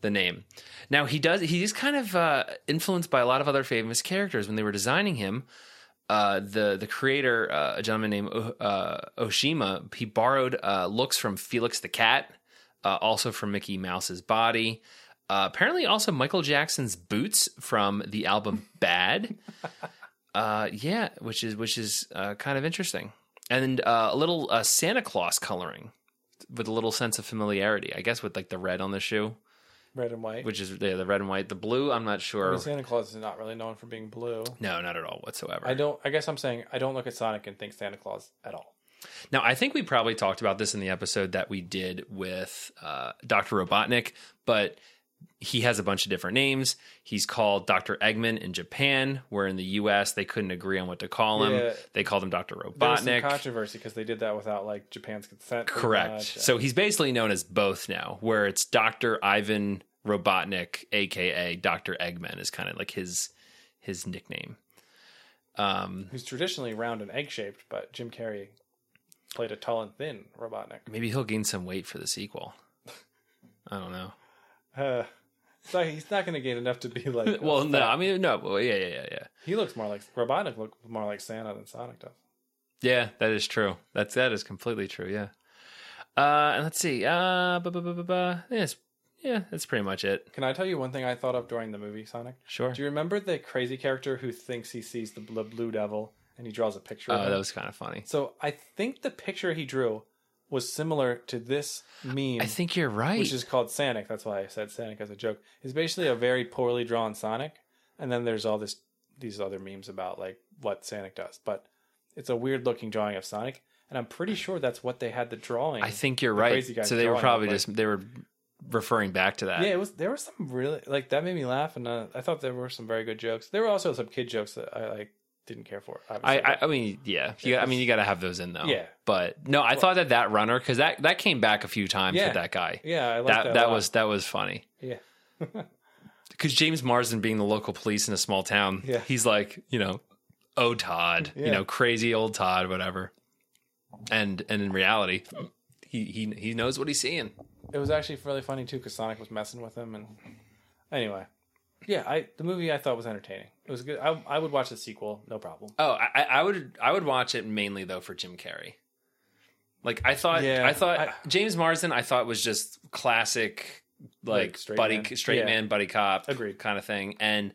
S3: the name. Now he does he's kind of uh, influenced by a lot of other famous characters when they were designing him. Uh, the the creator, uh, a gentleman named O- uh, Oshima, he borrowed uh, looks from Felix the Cat, uh, also from Mickey Mouse's body. Uh, apparently, also Michael Jackson's boots from the album Bad. uh, yeah, which is which is uh, kind of interesting, and uh, a little uh, Santa Claus coloring with a little sense of familiarity, I guess, with like the red on the shoe,
S4: red and white.
S3: which is yeah, the red and white. The blue, I'm not
S4: I
S3: sure.
S4: mean, Santa Claus is not really known for being blue.
S3: No, not at all whatsoever.
S4: I don't. I guess I'm saying I don't look at Sonic and think Santa Claus at all.
S3: Now, I think we probably talked about this in the episode that we did with uh, Dr. Robotnik, but he has a bunch of different names. He's called Dr. Eggman in Japan, where in the US they couldn't agree on what to call him.
S4: Yeah.
S3: They called him Dr.
S4: There was some
S3: Robotnik.
S4: controversy because they did that without like Japan's consent. pretty
S3: Correct.
S4: much.
S3: So he's basically known as both now, where it's Dr. Ivan Robotnik, aka Dr. Eggman, is kind of like his his nickname. Um,
S4: who's traditionally round and egg shaped, but Jim Carrey played a tall and thin Robotnik. [SIGHS]
S3: maybe he'll gain some weight for the sequel. I don't know.
S4: Uh, so he's not going to gain enough to be [LAUGHS]
S3: [LAUGHS]
S4: like.
S3: Well, no, I mean, no, well, yeah, yeah, yeah, yeah.
S4: he looks more like Robotnik. Looks more like Santa than Sonic does.
S3: Yeah, that is true. That's that is completely true. Yeah. Uh, and let's see. Uh, bu- bu- bu- bu- bu- yes, yeah, that's pretty much it.
S4: Can I tell you one thing I thought of during the movie Sonic?
S3: Sure.
S4: Do you remember the crazy character who thinks he sees the bl- Blue Devil and he draws a picture? of
S3: Uh,
S4: him?
S3: that was kind of funny.
S4: So I think the picture he drew was similar to this meme.
S3: I think you're right.
S4: which is called Sonic. That's why I said Sonic as a joke. It's basically a very poorly drawn Sonic, and then there's all this these other memes about like what Sonic does, but it's a weird looking drawing of Sonic, and I'm pretty sure that's what they had the drawing.
S3: I think you're
S4: the
S3: right.
S4: crazy guy's
S3: So they were
S4: drawing
S3: probably
S4: looked like.
S3: just they were referring back to that.
S4: yeah, it was. There were some really like that made me laugh, and uh, I thought there were some very good jokes. There were also some kid jokes that I like didn't care for it.
S3: I,
S4: Obviously.
S3: I, I mean, yeah, you, I mean, you got to have those in though.
S4: Yeah.
S3: but no, I thought that that runner because that that came back a few times
S4: Yeah.
S3: with that guy.
S4: yeah, I liked
S3: that
S4: that.
S3: that,
S4: a lot.
S3: was that was funny
S4: yeah.
S3: because James Marsden being the local police in a small town,
S4: Yeah.
S3: he's like you know, oh Todd,
S4: Yeah.
S3: you know, crazy old Todd, whatever. And and in reality, he he he knows what he's seeing.
S4: It was actually really funny too because Sonic was messing with him, and anyway, yeah, I the movie I thought was entertaining. It was good. I, I would watch the sequel, no problem.
S3: Oh, I, I- I would I would watch it mainly though for Jim Carrey. Like I thought,
S4: Yeah,
S3: I thought
S4: I-
S3: James Marsden, I thought was just classic, like
S4: Like, straight
S3: buddy
S4: man.
S3: straight
S4: Yeah.
S3: man buddy cop,
S4: Agreed.
S3: kind of thing. And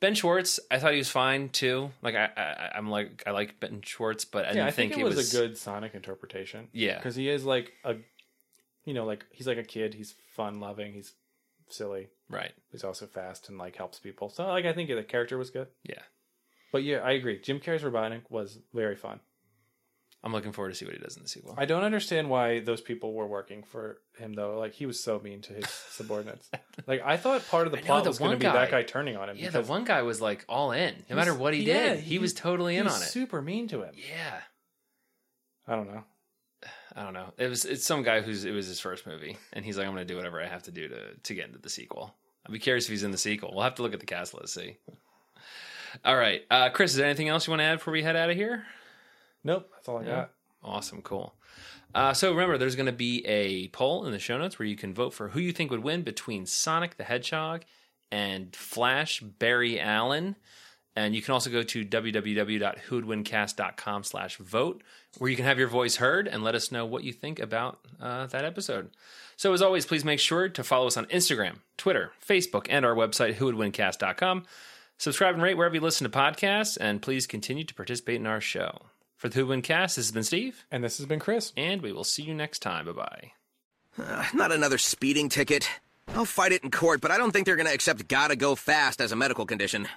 S3: Ben Schwartz, I thought he was fine too. Like I, I I'm like I like Ben Schwartz, but I
S4: yeah,
S3: didn't
S4: I think, it, was, a good Sonic interpretation.
S3: Yeah.
S4: because he is like a, you know, like he's like a kid. He's fun loving. He's silly.
S3: right.
S4: He's also fast and like helps people. So like I think the character was good.
S3: Yeah,
S4: But yeah, I agree. Jim Carrey's Robotnik was very fun.
S3: I'm looking forward to see what he does in the sequel.
S4: I don't understand why those people were working for him though. Like he was so mean to
S3: [LAUGHS]
S4: his subordinates. Like I thought part of the
S3: I know,
S4: plot
S3: the
S4: was going to
S3: one
S4: be
S3: guy-
S4: that guy turning on him.
S3: yeah, the
S4: because
S3: one guy was like all in, no
S4: he was-
S3: matter what he
S4: yeah,
S3: did, he, was totally in
S4: he
S3: on
S4: was
S3: it.
S4: Super mean to him.
S3: yeah,
S4: I don't know.
S3: I don't know. It was it's some guy who's it was his first movie, and he's like, I'm gonna do whatever I have to do to to get into the sequel. I'd be curious if he's in the sequel. We'll have to look at the cast list, see. All right, uh, Chris. Is there anything else you want to add before we head out of here?
S4: Nope, that's all I got.
S3: Awesome, cool. Uh, so remember, there's going to be a poll in the show notes where you can vote for who you think would win between Sonic the Hedgehog and Flash Barry Allen. And you can also go to www.whowoldwincast.com slash vote, where you can have your voice heard and let us know what you think about uh, that episode. So as always, please make sure to follow us on Instagram, Twitter, Facebook, and our website, whowoldwincast.com. Subscribe and rate wherever you listen to podcasts, and please continue to participate in our show. For the Who Would Win Cast, this has been Steve,
S4: And this has been Chris.
S3: and we will see you next time. Bye bye.
S1: [SIGHS] Not another speeding ticket. I'll fight it in court, but I don't think they're gonna accept gotta go fast as a medical condition.